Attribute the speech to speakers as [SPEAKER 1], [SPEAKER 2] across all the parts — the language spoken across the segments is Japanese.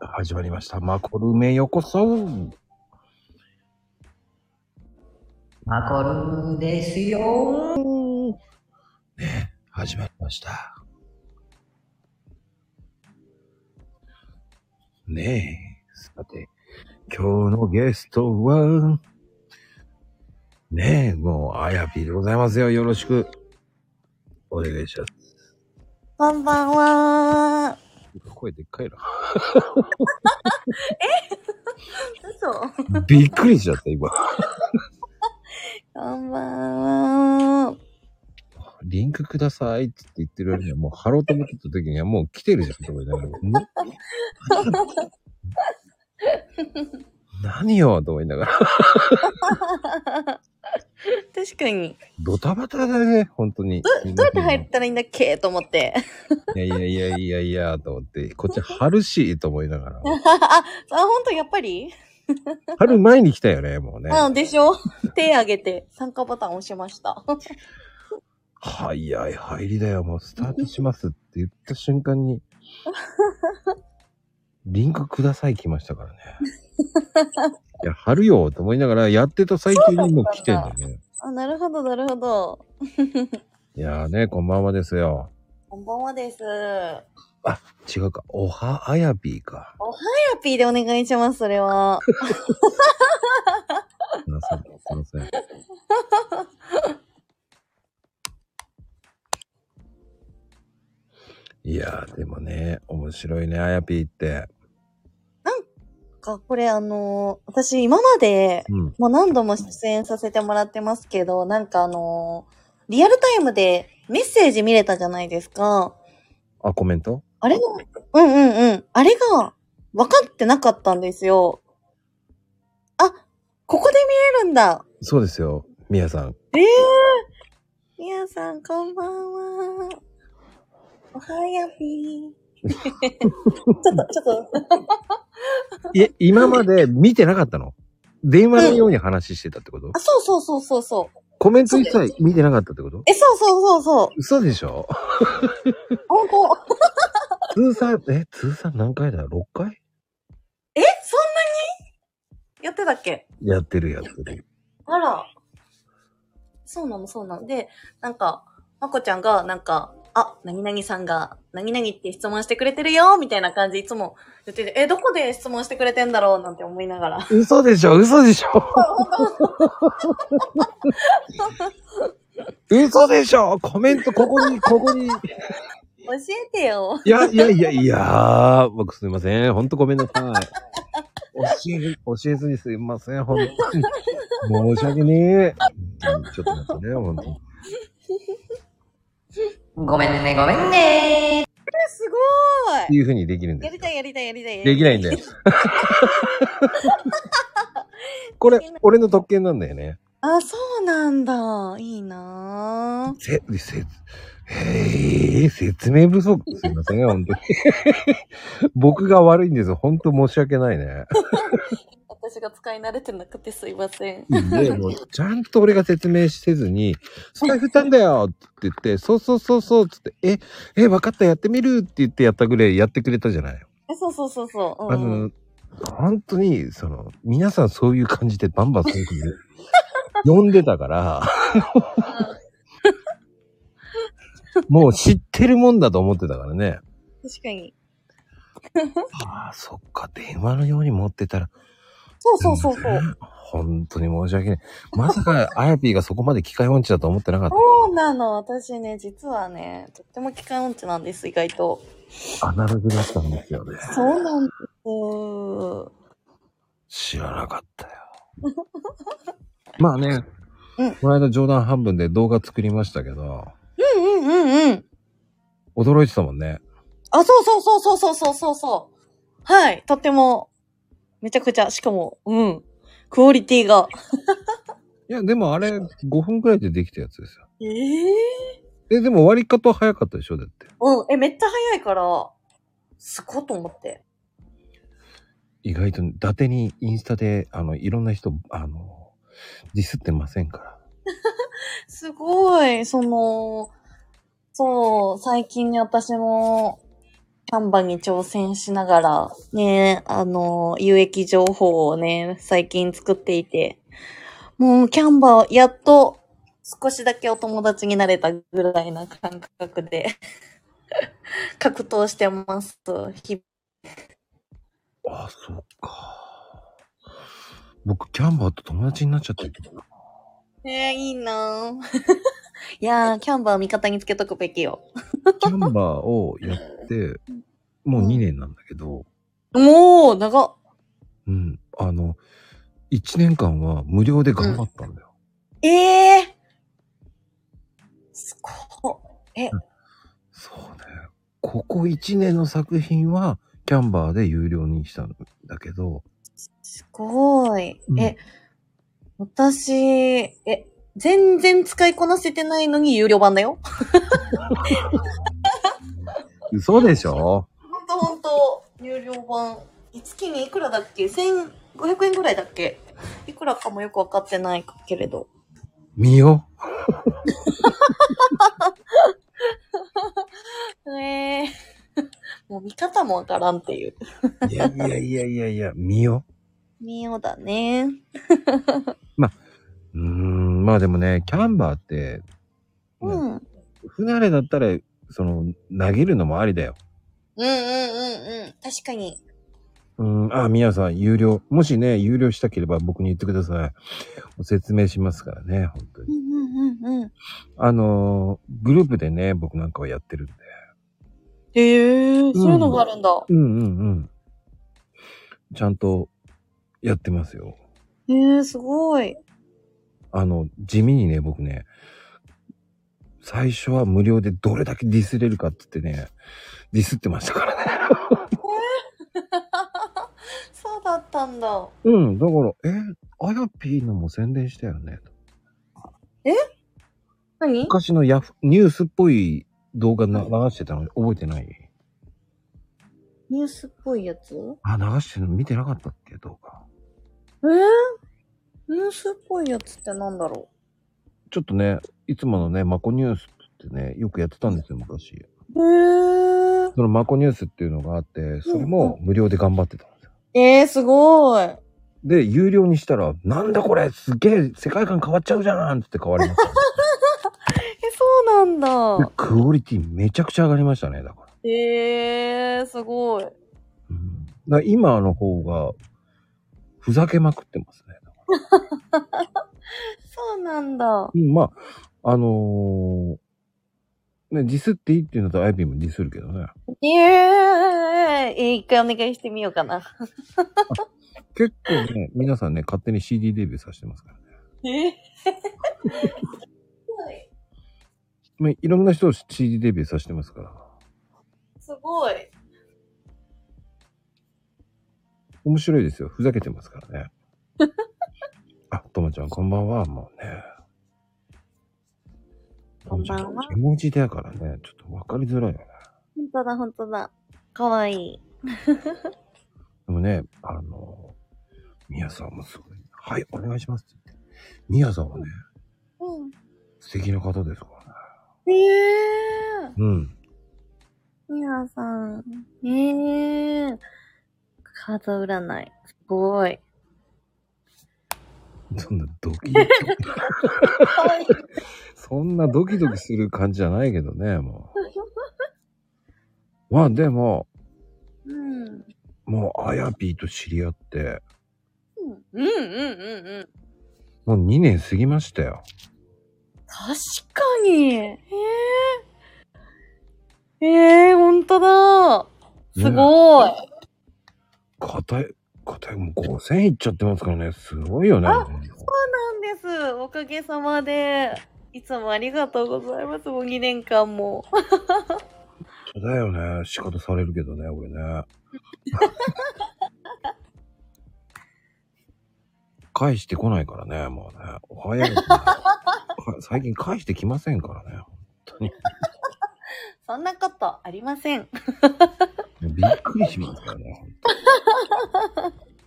[SPEAKER 1] 始まりました。マコルメようこそ。
[SPEAKER 2] マコルーですよ。
[SPEAKER 1] 始まりました。ねえ、さて、今日のゲストは、ねえ、もう、あやぴーでございますよ。よろしく、お願いします。
[SPEAKER 3] こんばんは。
[SPEAKER 1] 声でっかい
[SPEAKER 3] 嘘。
[SPEAKER 1] な。びっくりしちゃった、今。
[SPEAKER 3] こんばんは。
[SPEAKER 1] リンクくださいって言ってる割には、もう貼ろうと思ってた時にはもう来てるじゃんとか言いながら、ん何よと思いながら、
[SPEAKER 3] 確かに。
[SPEAKER 1] ドタバタだね、本当に。ど
[SPEAKER 3] どうやって入ったらいいんだっけと思って。
[SPEAKER 1] いやいやいやいやいや、と思って、こっち貼るし、と思いながら。
[SPEAKER 3] あ、本当やっぱり
[SPEAKER 1] 貼る前に来たよね、もうね。
[SPEAKER 3] あ、でしょ 手挙げて参加ボタン押しました。
[SPEAKER 1] 早い入りだよ、もうスタートしますって言った瞬間 に、リンクください来ましたからね。 いや、貼るよと思いながらやってた最近にも来てんだよね。
[SPEAKER 3] あ、なるほど、なるほど。
[SPEAKER 1] いやーね、こんばんはですよ。
[SPEAKER 3] こんばんはです。ハ
[SPEAKER 1] 違うか、おはあやぴーか。
[SPEAKER 3] ッピーでお願いします、そ れは。
[SPEAKER 1] すいません、すいませ ん。いやー、でもね、面白いね、あやぴーって。
[SPEAKER 3] か、これあのー私今まで、
[SPEAKER 1] うん。
[SPEAKER 3] もう何度も出演させてもらってますけど、なんかあのーリアルタイムでメッセージ見れたじゃないですか。
[SPEAKER 1] あ、コメント
[SPEAKER 3] あれが、うんうんうん。あれが、分かってなかったんですよ。あ、ここで見れるんだ。
[SPEAKER 1] そうですよ、みやさん。
[SPEAKER 3] ええー。みやさん、こんばんは。おはやび ー。ちょっと、ちょっと、
[SPEAKER 1] いえ、今まで見てなかったの電話のように話してたってこと、
[SPEAKER 3] あ、そうそうそうそうそう。
[SPEAKER 1] コメント一切見てなかったってこと
[SPEAKER 3] え、そうそうそう
[SPEAKER 1] 嘘でしょ
[SPEAKER 3] そう。本当
[SPEAKER 1] 通算、え、通算何回だ ?6 回
[SPEAKER 3] え、そんなにやってたっけ
[SPEAKER 1] やってるやってる。
[SPEAKER 3] あら。そうなの、そうなの。で、なんか、まこちゃんが、なんか、あ、何々さんが、何々って質問してくれてるよ、みたいな感じ、いつも言ってて、え、どこで質問してくれてんだろう、なんて思いながら。
[SPEAKER 1] 嘘でしょ嘘でしょ嘘でしょコメントここに、ここに。
[SPEAKER 3] 教えてよ。
[SPEAKER 1] いや、いやいやいや、僕すいません。ほんとごめんなさい。教えず、教えずにすいません。ほんとに。申し訳ねえ。うんちょっと待ってね、ほんとに。
[SPEAKER 2] ごめんね、ごめんね。
[SPEAKER 3] す
[SPEAKER 1] っ
[SPEAKER 3] ご
[SPEAKER 1] て
[SPEAKER 3] い
[SPEAKER 1] いう風にできるんで
[SPEAKER 3] や
[SPEAKER 1] すよ。
[SPEAKER 3] りたい、やりたい、やりたい。
[SPEAKER 1] できないん だよ。これ
[SPEAKER 3] できない、
[SPEAKER 1] 俺の特権なんだよね。
[SPEAKER 3] あ、そうなんだ。いいなぁ
[SPEAKER 1] せ、せ、へえ、説明不足。すいません、本当に。 僕が悪いんですよ。本当申し訳ないね。
[SPEAKER 3] 私が使い慣れてなくてすいません。
[SPEAKER 1] で、もうちゃんと俺が説明せずに、スタイフたんだよって言って、そうそうそうそうって言って、え、え、分かった、やってみるって言ってやったぐらいやってくれたじゃない。
[SPEAKER 3] えそうそうそうそう。
[SPEAKER 1] あ
[SPEAKER 3] うんうん
[SPEAKER 1] の、本当に、その、皆さんそういう感じでバンバンそういうふうに 呼んでたから、もう知ってるもんだと思ってたからね。
[SPEAKER 3] 確かに。
[SPEAKER 1] ああ、そっか、電話のように持ってたら、
[SPEAKER 3] そうそうそうそう。
[SPEAKER 1] 本当に申し訳ない。まさか、あやぴーがそこまで機械音痴だと思ってなかっ
[SPEAKER 3] そうなの。私ね、実はね、とっても機械音痴なんです、意外と。
[SPEAKER 1] た。アナログだったんですよね。
[SPEAKER 3] そうなんですよ。
[SPEAKER 1] 知らなかった よ。まあね、
[SPEAKER 3] うん
[SPEAKER 1] この間冗談半分で動画作りましたけど、
[SPEAKER 3] うんうんうんうん。
[SPEAKER 1] 驚いてたもんね。
[SPEAKER 3] あ、そうそうそうそうそうそうそうそう。はい。とっても、めちゃくちゃ、しかも、うん。クオリティが。
[SPEAKER 1] いや、でもあれ、5分くらいでできたやつですよ。
[SPEAKER 3] ええ
[SPEAKER 1] え、でも割り方早かったでしょだって。
[SPEAKER 3] うん。え、めっちゃ早いから、すごいと思って。
[SPEAKER 1] 意外と、伊達にインスタで、あの、いろんな人、あの、ディスってませんから。
[SPEAKER 3] すごい、その、そう、最近ね、私も、丹波に挑戦しながら、ね、あの、有益情報をね、最近作っていて、もうキャンバーやっと少しだけお友達になれたぐらいな感覚で、 格闘してます。日々
[SPEAKER 1] あ、そっか。僕、キャンバーと友達になっちゃったけ ど。
[SPEAKER 3] ねえ、いいなぁ いやー、キャンバーを味方につけとくべきよ。
[SPEAKER 1] キャンバーをやって、もう2年なんだけど、
[SPEAKER 3] もう、長っ。
[SPEAKER 1] うん。あの、1年間は無料で頑張ったんだよ。
[SPEAKER 3] ええすごい。え、
[SPEAKER 1] そうね。ここ1年の作品は、キャンバーで有料にしたんだけど、
[SPEAKER 3] すごい。
[SPEAKER 1] うん
[SPEAKER 3] え、私、え、全然使いこなせてないのに有料版だよ。
[SPEAKER 1] 嘘でしょ
[SPEAKER 3] ほんとほんと、有料版。月にいくらだっけ ?1500 円ぐらいだっけいくらかもよくわかってないけれど。
[SPEAKER 1] 見よ。
[SPEAKER 3] ええ もう見方もわからんっていう。
[SPEAKER 1] いやいやいやいやいや、見よ。
[SPEAKER 3] 見ようだね。
[SPEAKER 1] うーん、まあでもね、キャンバーって、
[SPEAKER 3] うん。うん
[SPEAKER 1] 不慣れだったら、その、投げるのもありだよ。
[SPEAKER 3] うんうんうん。確かに。
[SPEAKER 1] うん、あ、みやさん、有料。もしね、有料したければ僕に言ってください。お説明しますからね、本当
[SPEAKER 3] う
[SPEAKER 1] に。
[SPEAKER 3] んうんうんうん。
[SPEAKER 1] あのー、グループでね、僕なんかはやってるんで。
[SPEAKER 3] ええ
[SPEAKER 1] そういうのがあ
[SPEAKER 3] るんだ。
[SPEAKER 1] うんうんうん。ちゃんと、やってますよ。
[SPEAKER 3] ええすごい。
[SPEAKER 1] あの、地味にね、僕ね、最初は無料でどれだけディスれるかって言ってね、ディスってましたからね。
[SPEAKER 3] そうだったんだ。
[SPEAKER 1] うん、だから、え、あやぴーのも宣伝したよね。
[SPEAKER 3] 何
[SPEAKER 1] 昔のヤフ、ニュースっぽい動画な流してたの覚えてない
[SPEAKER 3] ニュースっぽいやつえ
[SPEAKER 1] あ、流してるの見てなかったっけ動画。
[SPEAKER 3] えニュースっぽいやつってなんだろ
[SPEAKER 1] ちょっとね、いつものね、マコニュースってね、よくやってたんですよ、昔。
[SPEAKER 3] うえ
[SPEAKER 1] そのマコニュースっていうのがあって、それも無料で頑張ってたんですよ。
[SPEAKER 3] えええすごい。
[SPEAKER 1] で、有料にしたら、なんだこれすげえ世界観変わっちゃうじゃんって変わりましたね、
[SPEAKER 3] え、そうなんだ
[SPEAKER 1] で。クオリティめちゃくちゃ上がりましたね、だから。
[SPEAKER 3] ええすごい。
[SPEAKER 1] うん、だから今の方が、ふざけまくってますね。
[SPEAKER 3] そうなんだ。
[SPEAKER 1] うん、まあ、あのーね、ディスっていいっていうのと、アイビーもディスるけどね。
[SPEAKER 3] えええ一回お願いしてみようかな。
[SPEAKER 1] 結構 ね、皆さんね、勝手に CD デビューさせてますからね。
[SPEAKER 3] ええ
[SPEAKER 1] まあ、いろんな人を CD デビューさせてますから。
[SPEAKER 3] すごい。
[SPEAKER 1] 面白いですよ。ふざけてますからね。 あ、ともちゃん、こんばんは、もうね。
[SPEAKER 3] こんばんは
[SPEAKER 1] 絵文字だからね、ちょっとわかりづらいよね。
[SPEAKER 3] 本当だ、本当だ。かわいい。
[SPEAKER 1] でもね、あのー、みやさんもすごい。はい、お願いしますって言って。みやさんはね、
[SPEAKER 3] うん。
[SPEAKER 1] 素敵な方ですからね。
[SPEAKER 3] ええ
[SPEAKER 1] うん。
[SPEAKER 3] みやさん。ええカード占い。すごい。
[SPEAKER 1] そんなドキ ドキ、
[SPEAKER 3] かわいい。
[SPEAKER 1] そんなドキドキする感じじゃないけどね、もう。まあでも、
[SPEAKER 3] うん。
[SPEAKER 1] もうあやぴーと知り合って、
[SPEAKER 3] うんうんうんうん。
[SPEAKER 1] もう2年過ぎましたよ。
[SPEAKER 3] 確かに。ええええ本当だ。すごい。
[SPEAKER 1] 硬い、硬い、もう5000いっちゃってますからね、すごいよね。
[SPEAKER 3] あそうなんです。おかげさまで。いつもありがとうございます。もう2年間も。
[SPEAKER 1] そうだよね、仕方されるけどね、俺ね。返してこないからね、もうね。おはよう。か最近返してきませんからね、本当に。
[SPEAKER 3] そんなことありません。
[SPEAKER 1] もうびっくりしますからね。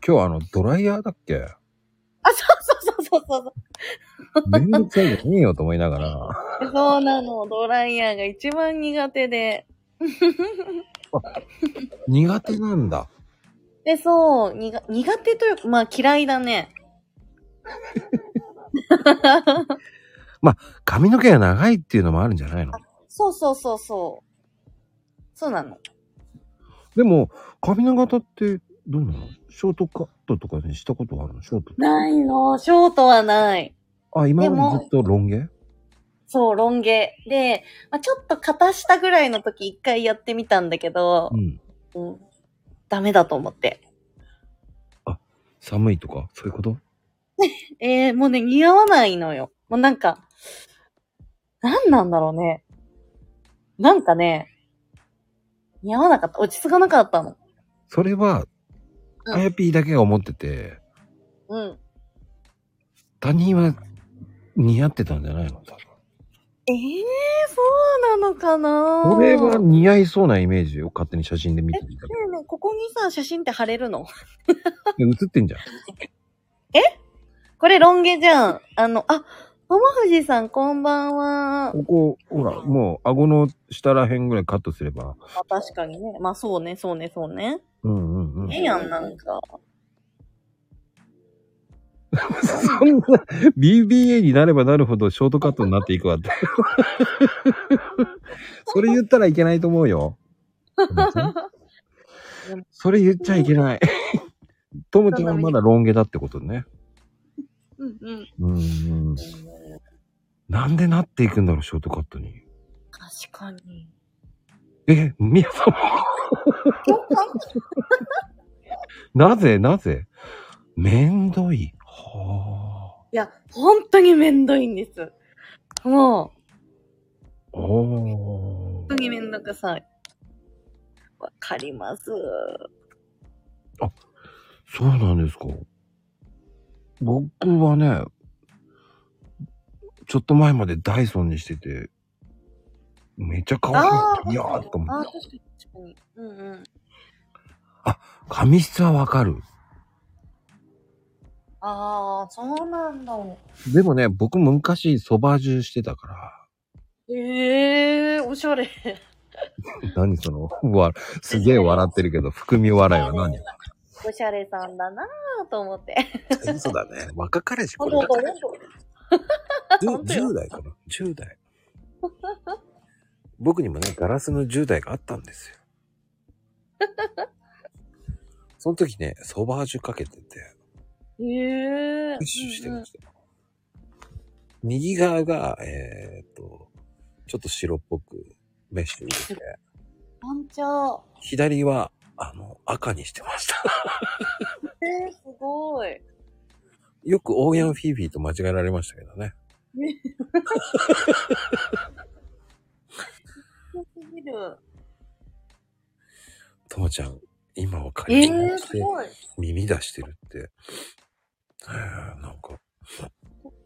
[SPEAKER 1] 今日あの、ドライヤーだっけ
[SPEAKER 3] あ、そうそうそうそうそう。
[SPEAKER 1] めんどくさいのいいよと思いながら。
[SPEAKER 3] そうなの。ドライヤーが一番苦手で。
[SPEAKER 1] 苦手なんだ。
[SPEAKER 3] で、そう、にが苦手というか、まあ嫌いだね。
[SPEAKER 1] 髪の毛が長いっていうのもあるんじゃないの
[SPEAKER 3] そうそうそうそう。そうなの。
[SPEAKER 1] でも、髪の型って、どうなのショートカットとかにしたことあるのショート。
[SPEAKER 3] ないの、ショートはない。
[SPEAKER 1] あ、今
[SPEAKER 3] でも
[SPEAKER 1] までずっとロン毛
[SPEAKER 3] そう、ロン毛。で、まあ、ちょっと肩下ぐらいの時一回やってみたんだけど
[SPEAKER 1] う、ん。
[SPEAKER 3] うんダメだと思って。
[SPEAKER 1] 寒いとか、そういうこと
[SPEAKER 3] えー、もうね、似合わないのよ。もうなんか、なんなんだろうね。なんかね、似合わなかった。落ち着かなかったの。
[SPEAKER 1] それは、
[SPEAKER 3] うん
[SPEAKER 1] あやぴーだけが思ってて、
[SPEAKER 3] うん。
[SPEAKER 1] 他人は似合ってたんじゃないの多
[SPEAKER 3] えー、そうなのかな
[SPEAKER 1] 分これは
[SPEAKER 3] ね
[SPEAKER 1] 似合いそうなイメージを勝手に写真で見てみたけ
[SPEAKER 3] えねえ、ここにさ、写真って貼れるの
[SPEAKER 1] ど。で写ってんじゃん。
[SPEAKER 3] これロン毛じゃん。あの、あ、ももふじさんこんばんは。
[SPEAKER 1] ここ、ほら、もう顎の下らへんぐらいカットすれば。
[SPEAKER 3] まあ確かにね。まあそうね、そうね、そうね。
[SPEAKER 1] うんうんうん。
[SPEAKER 3] ええやん、なんか。
[SPEAKER 1] そんな、BBA になればなるほどショートカットになっていくわって。 それ言ったらいけないと思うよ。それ言っちゃいけない。ともちゃんはまだロン毛だってことね。
[SPEAKER 3] うんうん。
[SPEAKER 1] うんうん。なんでなっていくんだろう、ショートカットに。
[SPEAKER 3] 確かに。
[SPEAKER 1] え、みやさんもなぜなぜめんどい。はあ。
[SPEAKER 3] いや、本当にめんどいんです。もう、
[SPEAKER 1] おー
[SPEAKER 3] 本当にめんどくさい。わかります。
[SPEAKER 1] そうなんですか。僕はね、ちょっと前までダイソンにしてて、めっちゃ可愛い。いやーっと思
[SPEAKER 3] あ
[SPEAKER 1] っ
[SPEAKER 3] ー
[SPEAKER 1] て。
[SPEAKER 3] 確かに。うんうん。
[SPEAKER 1] 髪質はわかる。
[SPEAKER 3] ああ、そうなんだ。
[SPEAKER 1] でもね、僕も昔ソバージュしてたか
[SPEAKER 3] ええー、おしゃれ。
[SPEAKER 1] ら、何その、わ、すげえ笑ってるけど、含み笑いは 何
[SPEAKER 3] おしゃれさんだなぁと思って。
[SPEAKER 1] 嘘だね。若彼氏
[SPEAKER 3] 本当本当本当よ
[SPEAKER 1] 10代かな ?10 代。僕にもね、ガラスの10代があったんです よ。その時ね、ソバージュかけてて、
[SPEAKER 3] ええー。
[SPEAKER 1] プッシュしてましたよ。右側が、えー、っと、ちょっと白っぽくメッシュ入れて、
[SPEAKER 3] うんうん。団長。
[SPEAKER 1] 左は、あの、赤にしてました。
[SPEAKER 3] えー、すごい。
[SPEAKER 1] よくオーヤンフィービーと間違えられましたけどね。
[SPEAKER 3] すぎる。
[SPEAKER 1] ともちゃん、今は
[SPEAKER 3] え
[SPEAKER 1] 仮
[SPEAKER 3] え
[SPEAKER 1] に
[SPEAKER 3] ー、
[SPEAKER 1] し
[SPEAKER 3] す
[SPEAKER 1] て
[SPEAKER 3] ごい。
[SPEAKER 1] 耳出してるって。えー、なんか、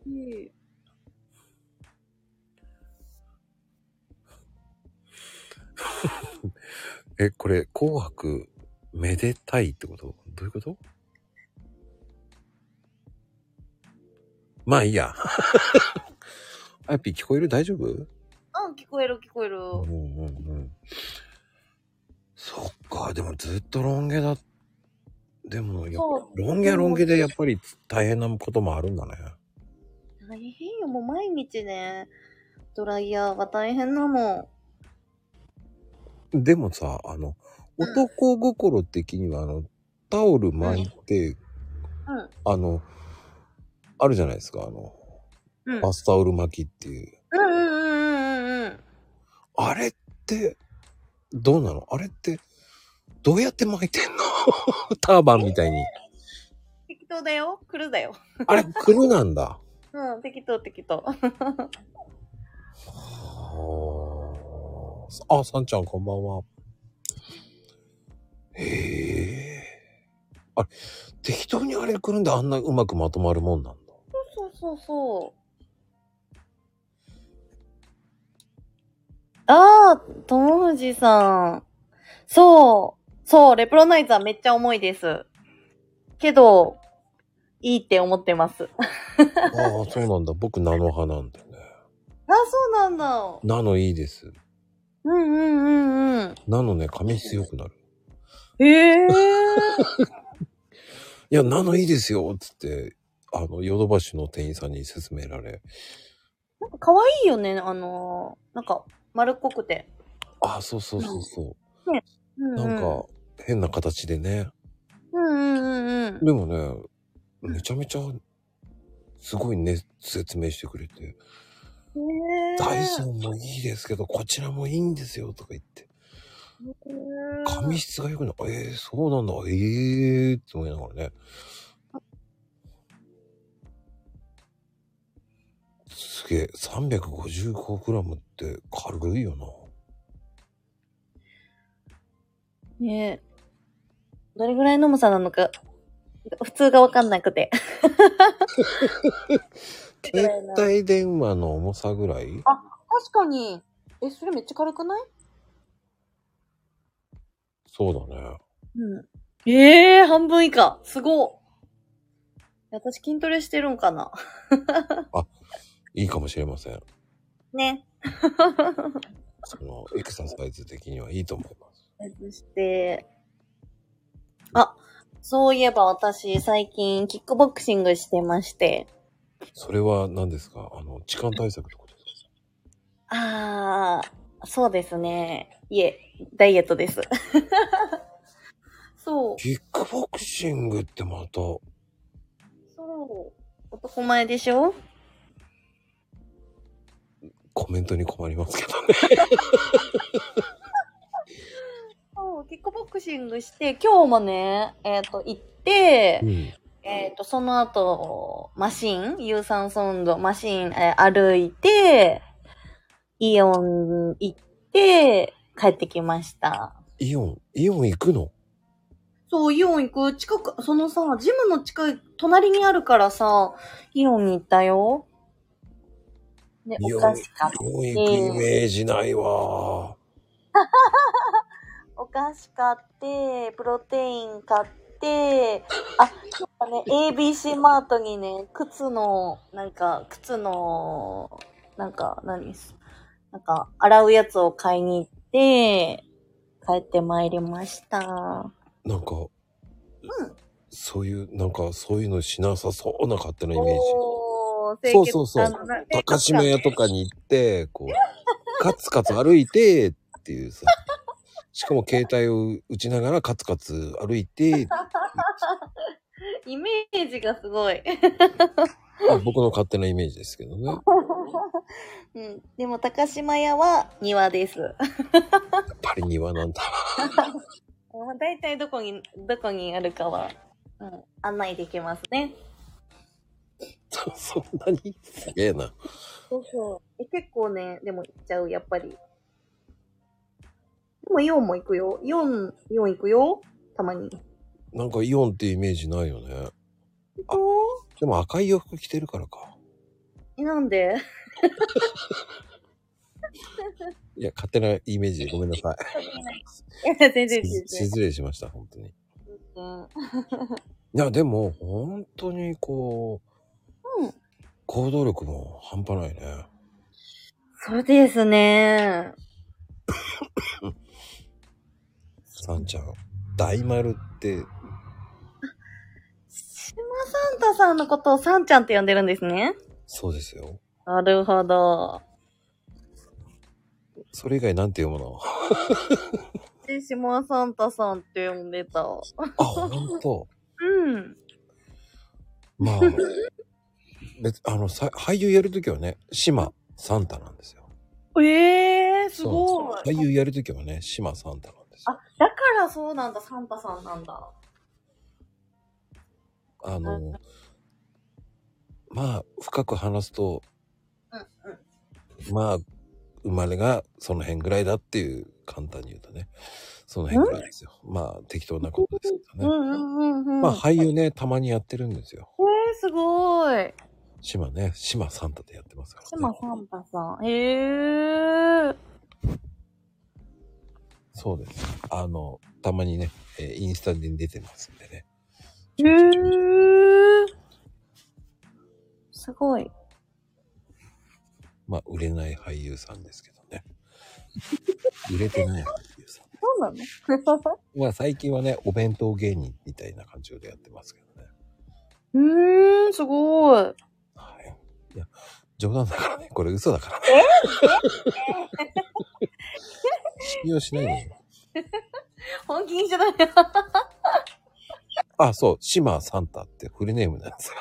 [SPEAKER 3] いい
[SPEAKER 1] え、これ、紅白、めでたいってことどういうことまあいい や。あやっぴー聞こえる大丈夫
[SPEAKER 3] うん、聞こえる聞こえる。
[SPEAKER 1] うんうんうん。そっか、でもずっとロン毛だ。でもやっぱ、
[SPEAKER 3] そう
[SPEAKER 1] ロン毛はロン毛でやっぱり大変なこともあるんだね。
[SPEAKER 3] 大変よ、もう毎日ね。ドライヤーが大変なも
[SPEAKER 1] でもさ、あの、
[SPEAKER 3] うん
[SPEAKER 1] 男心的には、あの、タオル巻いて、
[SPEAKER 3] ん。うん。
[SPEAKER 1] あの、あるじゃないですか、あの、
[SPEAKER 3] うん。
[SPEAKER 1] バスタオル巻きっていう。
[SPEAKER 3] うんうんうんうんうん。
[SPEAKER 1] あれって、どうなのあれって、どうやって巻いてんの ターバンみたいに。
[SPEAKER 3] 適当だよ。来るだよ。
[SPEAKER 1] あれ、くるなんだ。
[SPEAKER 3] うん、適当適当。
[SPEAKER 1] あ、さんちゃんこんばんは。へえ。あれ、適当にあれくるんであんなうまくまとまるもんなんだ。
[SPEAKER 3] そうそうそう。ああ、友藤さん。そう。そう、レプロナイザーめっちゃ重いです。けど、いいって思ってます。あ、
[SPEAKER 1] ああ、そうなんだ。僕、ナノ派なんだね。
[SPEAKER 3] そうなんだ。
[SPEAKER 1] ナノいいです。
[SPEAKER 3] うんうんうんうん。
[SPEAKER 1] なのね、髪質良くなる。
[SPEAKER 3] ええー。
[SPEAKER 1] いや、なのいいですよつって、あの、ヨドバシの店員さんに勧められ、
[SPEAKER 3] なんか可愛いよね、あのー、なんか丸っこくて。
[SPEAKER 1] あ、そうそうそうそうう。
[SPEAKER 3] ん
[SPEAKER 1] なんか、変な形でね。
[SPEAKER 3] うんうんうんうん。
[SPEAKER 1] でもね、めちゃめちゃ、すごいね、説明してくれて、
[SPEAKER 3] えー、
[SPEAKER 1] ダイソンもいいですけど、こちらもいいんですよ、とか言って。髪
[SPEAKER 3] 髪
[SPEAKER 1] 質が良くない。えー、そうなんだ。えー、って思いながらね。すげえ、355g って軽いよな。
[SPEAKER 3] ねえ。どれぐらいの重さなのか、普通がわかんなくて。ぐらい
[SPEAKER 1] 携
[SPEAKER 3] な
[SPEAKER 1] 帯電話の重さぐらい
[SPEAKER 3] 確かに。え、それめっちゃ軽くない
[SPEAKER 1] そうだね。
[SPEAKER 3] うん。ええー、半分以下。すごい私筋トレしてるんかない
[SPEAKER 1] いかもしれません。
[SPEAKER 3] ね。
[SPEAKER 1] その、エクササイズ的にはいいと思います。
[SPEAKER 3] そして、あ、そういえば私最近キックボクシングしてまして。
[SPEAKER 1] それは何ですかあの、痴漢対策ってことですか
[SPEAKER 3] あー、そうですね。いえ、ダイエットです。 そう。
[SPEAKER 1] キックボクシングってまた、
[SPEAKER 3] そう。男前でしょ
[SPEAKER 1] コメントに困りますけどね。
[SPEAKER 3] そう、キックボクシングして、今日もね、えっ、と、行って、
[SPEAKER 1] ん。
[SPEAKER 3] えっ、と、その後、マシン、有酸素運動、マシン、えー歩いて、イオン行って、帰ってきました。
[SPEAKER 1] イオン、イオン行くの
[SPEAKER 3] そう、イオン行く近く、そのさ、ジムの近い、隣にあるからさ、イオンに行ったよ。ね、
[SPEAKER 1] イオン
[SPEAKER 3] お菓子買っ
[SPEAKER 1] イオン行くイメージないわ。
[SPEAKER 3] お菓子買って、プロテイン買って、あ、今日はね、ABC マートにね、靴の、なんか、靴の、なんか、何すなんか、洗うやつを買いに行って、帰ってまいりました。
[SPEAKER 1] なんか、そういう、なんか、そういうのしなさそうな勝手なイメージ。
[SPEAKER 3] おー
[SPEAKER 1] そうそうそう
[SPEAKER 3] 清潔感のない
[SPEAKER 1] 高島屋とかに行って、こう、カツカツ歩いてっていうさ。しかも携帯を打ちながらカツカツ歩いて、
[SPEAKER 3] イメージがすごい。
[SPEAKER 1] まあ僕の勝手なイメージですけどね。や
[SPEAKER 3] うん、でも、高島屋は庭です。
[SPEAKER 1] っぱり庭なんだ。
[SPEAKER 3] まあ、 大体どこに、どこにあるかは、うん、案内できますね。
[SPEAKER 1] そんなにすげえな。
[SPEAKER 3] そうそう。え、結構ね、でも行っちゃう、やっぱり。でもイオンも行くよ。イオン、イオン行くよ。たまに。
[SPEAKER 1] なんかイオンってイメージないよね。あ
[SPEAKER 3] そ
[SPEAKER 1] でも赤い洋服着てるからか。
[SPEAKER 3] うなんで
[SPEAKER 1] いや、勝手なイメージでごめんなさい。
[SPEAKER 3] いや、 全然全
[SPEAKER 1] し
[SPEAKER 3] 然。
[SPEAKER 1] 失礼しました、本当に。い
[SPEAKER 3] うん。
[SPEAKER 1] や、でも、本当にこう、
[SPEAKER 3] うん
[SPEAKER 1] 行動力も半端ないね。
[SPEAKER 3] そうですね。
[SPEAKER 1] さんちゃん、大丸って、
[SPEAKER 3] 島サンタさんのことをサンちゃんって呼んでるんですね。
[SPEAKER 1] そうですよ。
[SPEAKER 3] なるほど。
[SPEAKER 1] それ以外なんて読む の
[SPEAKER 3] で、島サンタさんって呼んでた。
[SPEAKER 1] あ、本当。
[SPEAKER 3] うん。
[SPEAKER 1] まあ、別、あの、さ俳優やるときはね、島、サンタなんですよ。
[SPEAKER 3] ええー、す
[SPEAKER 1] そ
[SPEAKER 3] ご
[SPEAKER 1] う
[SPEAKER 3] い。
[SPEAKER 1] 俳優やるときはね、島、サンタなんですよ。
[SPEAKER 3] あ、だからそうなんだ、サンタさんなんだ。
[SPEAKER 1] あの、まあ、深く話すと、
[SPEAKER 3] うんうん。
[SPEAKER 1] まあ、生まれがその辺ぐらいだっていう、簡単に言うとね、その辺ぐらいですよ。まあ、適当なことですけ
[SPEAKER 3] う
[SPEAKER 1] どね。
[SPEAKER 3] んうんうんうん。
[SPEAKER 1] まあ、俳優ね、たまにやってるんですよ。
[SPEAKER 3] えー、すごい。
[SPEAKER 1] 島ね、島サンタでやってますから、ね。
[SPEAKER 3] 島サンタさん。へえ。
[SPEAKER 1] そうです。あの、たまにね、えーインスタに出てますんでね。
[SPEAKER 3] へえ。すごい。
[SPEAKER 1] まあ、売れない俳優さんですけどね。売れてない話ですよ。
[SPEAKER 3] そうなの
[SPEAKER 1] まあ最近はね、お弁当芸人みたいな感じでやってますけどね。
[SPEAKER 3] うーん、すごい。
[SPEAKER 1] はい。いや、冗談だからね。これ嘘だからね。信用しないでよ。
[SPEAKER 3] 本気じゃない。
[SPEAKER 1] あ、そう、シマサンタってフルネームなんですよ。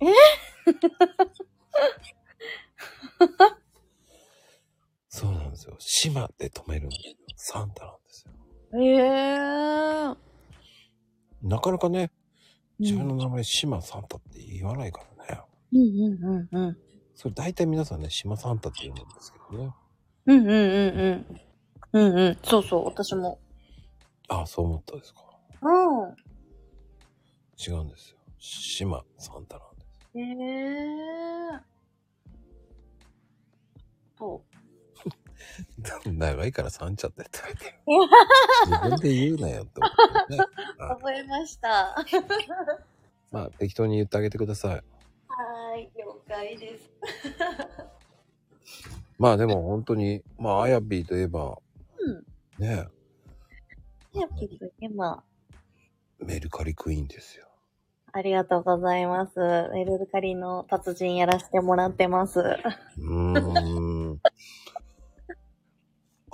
[SPEAKER 3] え
[SPEAKER 1] そうなんですよ。シマで止めるんですよ。サンタなんですよ。
[SPEAKER 3] ええー。
[SPEAKER 1] なかなかね、
[SPEAKER 3] うん
[SPEAKER 1] 自分の名前、シマサンタって言わないからね。
[SPEAKER 3] うんうんうんうん。
[SPEAKER 1] それ大体皆さんね、シマサンタって言うんですけどね。
[SPEAKER 3] うんうんうんうん。うんうん。そうそう、私も。
[SPEAKER 1] ああ、そう思ったですか。
[SPEAKER 3] うん。
[SPEAKER 1] 違うんですよ。シマサンタなんです。
[SPEAKER 3] へえ。そ
[SPEAKER 1] 長いからサンチャって言ってて。 自分で言うなよって思ってね。
[SPEAKER 3] う。
[SPEAKER 1] はい
[SPEAKER 3] 覚えました。は
[SPEAKER 1] まあ、適当に言ってあげてください。
[SPEAKER 3] ーい、了解です。
[SPEAKER 1] まあでも本当に、まあ、あやぴーといえば、
[SPEAKER 3] うん
[SPEAKER 1] ね
[SPEAKER 3] やっぱり今、
[SPEAKER 1] え、メルカリクイーンですよ。
[SPEAKER 3] ありがとうございます。メルカリの達人やらせてもらってます。
[SPEAKER 1] うーん。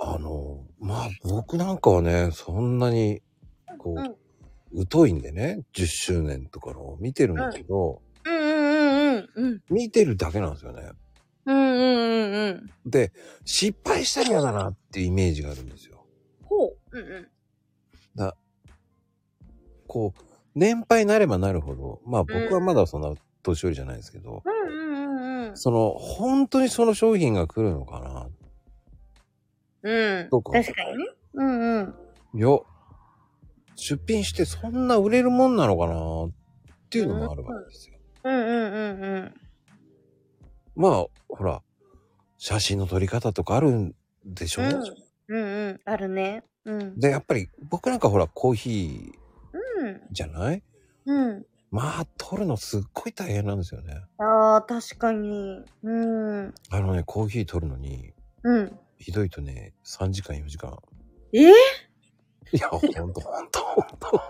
[SPEAKER 1] あの、まあ僕なんかはね、そんなに、こう、疎いんでね、10周年とかのを見てるんだけど、
[SPEAKER 3] うんうんうんうん。
[SPEAKER 1] 見てるだけなんですよね。
[SPEAKER 3] うんうんうんうん。
[SPEAKER 1] で、失敗したら嫌だなっていうイメージがあるんですよ。
[SPEAKER 3] ほう。うんうん。
[SPEAKER 1] こう、年配になればなるほど、まあ僕はまだそんな年寄りじゃないですけど、
[SPEAKER 3] うんうんうんうん。
[SPEAKER 1] その、本当にその商品が来るのかな
[SPEAKER 3] うん。
[SPEAKER 1] そうか
[SPEAKER 3] 確かにね。うんうん。
[SPEAKER 1] いや、出品してそんな売れるもんなのかなっていうのもあるわけですよ。
[SPEAKER 3] うんうんうんうん。
[SPEAKER 1] まあ、ほら、写真の撮り方とかあるんでしょうね。
[SPEAKER 3] うんうん。あるね。うん。
[SPEAKER 1] で、やっぱり僕なんかほら、コーヒー
[SPEAKER 3] うん。
[SPEAKER 1] じゃない
[SPEAKER 3] うん。
[SPEAKER 1] まあ、撮るのすっごい大変なんですよね。
[SPEAKER 3] ああ、確かに。うん。
[SPEAKER 1] あのね、コーヒー撮るのに、
[SPEAKER 3] うん。
[SPEAKER 1] ひどいとね、3時間4時間。
[SPEAKER 3] え
[SPEAKER 1] いや、ほんとほんとほんと。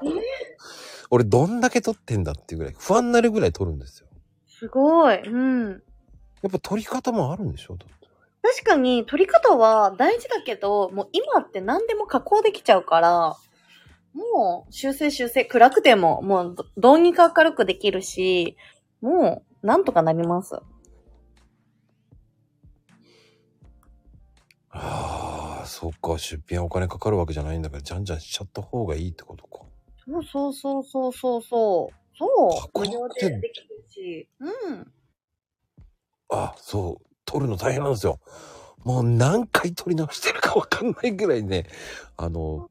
[SPEAKER 1] 俺どんだけ撮ってんだっていうぐらい、不安になるぐらい撮るんですよ。
[SPEAKER 3] すごい。うん。
[SPEAKER 1] やっぱ撮り方もあるんでしょだって。
[SPEAKER 3] 確かに、撮り方は大事だけど、もう今って何でも加工できちゃうから、もう修正修正、暗くても、もうどどうにか明るくできるし、もうなんとかなります。
[SPEAKER 1] ああ、そっか、出品はお金かかるわけじゃないんだから、じゃんじゃんしちゃった方がいいってことか。
[SPEAKER 3] そうそうそうそうそうそう。そう。無
[SPEAKER 1] 加工
[SPEAKER 3] 料
[SPEAKER 1] って
[SPEAKER 3] でできるし。うん。
[SPEAKER 1] あそう、撮るの大変なんですよ。もう何回撮り直してるかわかんないぐらいね、あの、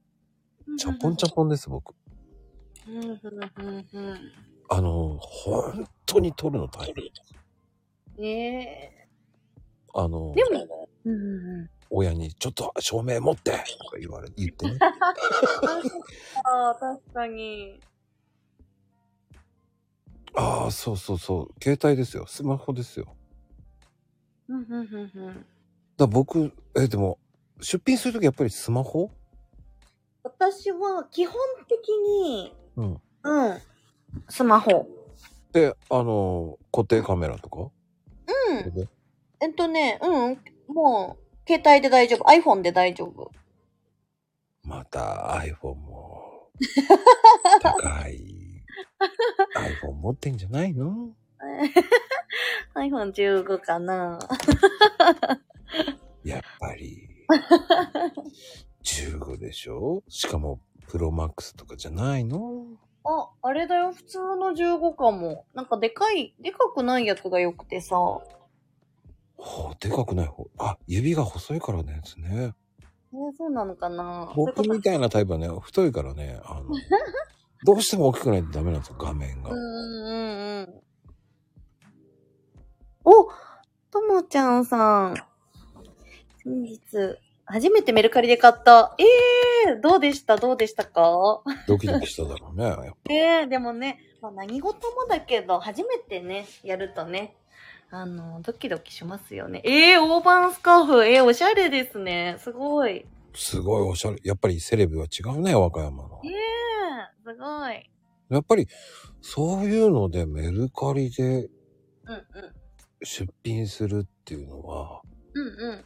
[SPEAKER 1] ちゃぽんちゃぽんです、僕。
[SPEAKER 3] うんうんうんうん
[SPEAKER 1] あの、本当に撮るの大変。
[SPEAKER 3] うん。え
[SPEAKER 1] あの
[SPEAKER 3] ー、、でも、うんうんうん。
[SPEAKER 1] 親に、ちょっと照明持ってとか言われ、言ってね。
[SPEAKER 3] ああ、確かに。
[SPEAKER 1] ああ、そうそうそう、携帯ですよ、スマホですよ。
[SPEAKER 3] うんうんうんうん。
[SPEAKER 1] だから僕、え、でも、出品するときやっぱりスマホ
[SPEAKER 3] 私は基本的に、
[SPEAKER 1] うん。
[SPEAKER 3] うん、スマホ。
[SPEAKER 1] で、あの、固定カメラとか
[SPEAKER 3] う
[SPEAKER 1] これ
[SPEAKER 3] ん。
[SPEAKER 1] で
[SPEAKER 3] えっとね、うん、もう、携帯で大丈夫。iPhone で大丈夫。
[SPEAKER 1] また iPhone も高い iPhone 持ってんじゃないの
[SPEAKER 3] iPhone15 かな。
[SPEAKER 1] やっぱり15でしょしかもプロマックスとかじゃないの
[SPEAKER 3] あ、あれだよ。普通の15かも。なんかでかい、でかくないやつが良くてさ。
[SPEAKER 1] ほうでかくない方あ指が細いからのやつね
[SPEAKER 3] えーそうなのかな
[SPEAKER 1] 僕みたいなタイプはね太いからねあのどうしても大きくないとダメなんですよ画面が
[SPEAKER 3] うんうんうん。おともちゃんさん。先日、初めてメルカリで買った。ええー、どうでしたどうでしたか
[SPEAKER 1] ドキドキしただろうねやっぱ
[SPEAKER 3] ねえ、でもね、まあ、何事もだけど、初めてね、やるとね、あの、ドキドキしますよね。えー、大判スカーフ。えー、おしゃれですね。すごい。
[SPEAKER 1] すごいおしゃれ。やっぱりセレブは違うね、和歌山の。
[SPEAKER 3] えー、すごい。
[SPEAKER 1] やっぱり、そういうのでメルカリで
[SPEAKER 3] うん
[SPEAKER 1] 出品するっていうのは、
[SPEAKER 3] うん。うんうん。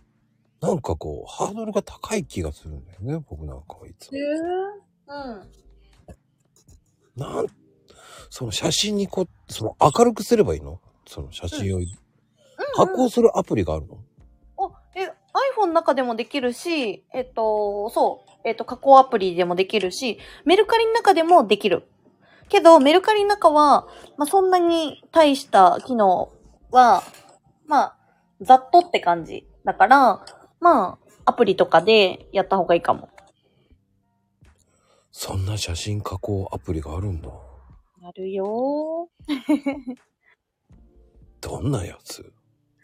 [SPEAKER 1] なんかこう、ハードルが高い気がするんだよね、僕なんかはいつも。
[SPEAKER 3] ー、うん。
[SPEAKER 1] なん、その写真にこう、その明るくすればいいのその写真を、発行するアプリがあるの
[SPEAKER 3] お、え、iPhone の中でもできるし、えっと、そう、えっと、加工アプリでもできるし、メルカリの中でもできる。けど、メルカリの中は、まあ、そんなに大した機能は、まあ、ざっとって感じ。だから、まあ、アプリとかでやった方がいいかも。
[SPEAKER 1] そんな写真加工アプリがあるんだ。
[SPEAKER 3] やるよ
[SPEAKER 1] どんなやつ
[SPEAKER 3] ー。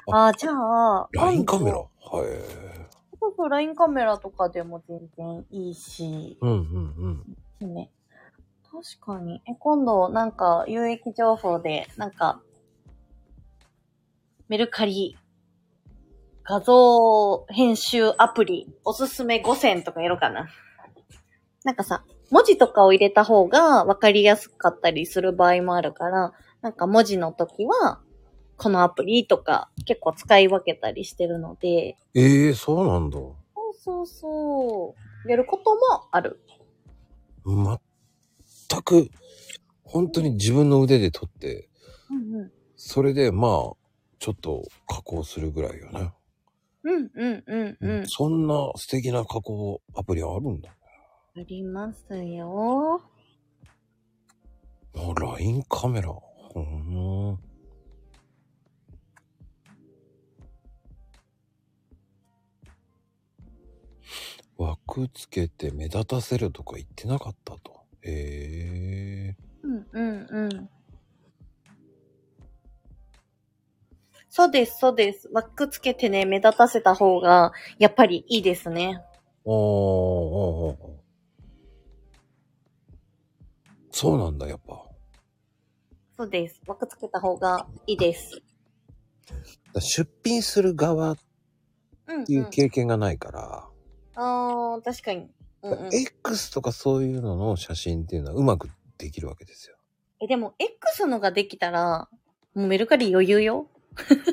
[SPEAKER 3] あー、じゃあ、
[SPEAKER 1] ?LINE カメラ
[SPEAKER 3] 今度
[SPEAKER 1] はい。
[SPEAKER 3] そうそう、LINE カメラとかでも全然いいし。
[SPEAKER 1] うんうんうん。
[SPEAKER 3] ね。確かに。え、今度、なんか、有益情報で、なんか、メルカリ、画像編集アプリ、おすすめ5選とかやろうかな。なんかさ、文字とかを入れた方が分かりやすかったりする場合もあるから、なんか文字の時は、このアプリとか、結構使い分けたりしてるので、
[SPEAKER 1] ええそうなんだ。
[SPEAKER 3] そうそうそう、やることもある。
[SPEAKER 1] 全く、本当に自分の腕で撮って、
[SPEAKER 3] うんうん。
[SPEAKER 1] それでまあ、ちょっと加工するぐらいよね。
[SPEAKER 3] うんうんうんうん。
[SPEAKER 1] そんな素敵な加工アプリあるんだ。
[SPEAKER 3] ありますよ。
[SPEAKER 1] あ、LINE カメラ。うーん。枠つけて目立たせるとか言ってなかったと。へえ
[SPEAKER 3] うんうんうん。そうです、そうです。ワックつけてね、目立たせた方が、やっぱりいいですね。
[SPEAKER 1] ー。おーおーおーそうなんだ、やっぱ。
[SPEAKER 3] そうです。ワックつけた方がいいです。
[SPEAKER 1] だ出品する側っ
[SPEAKER 3] うん、。
[SPEAKER 1] ていううん経験がないから、
[SPEAKER 3] あー、確かに。うんうん、
[SPEAKER 1] X とかそういうのの写真っていうのはうまくできるわけですよ。
[SPEAKER 3] え、でも、X のができたら、もうメルカリ余裕よ。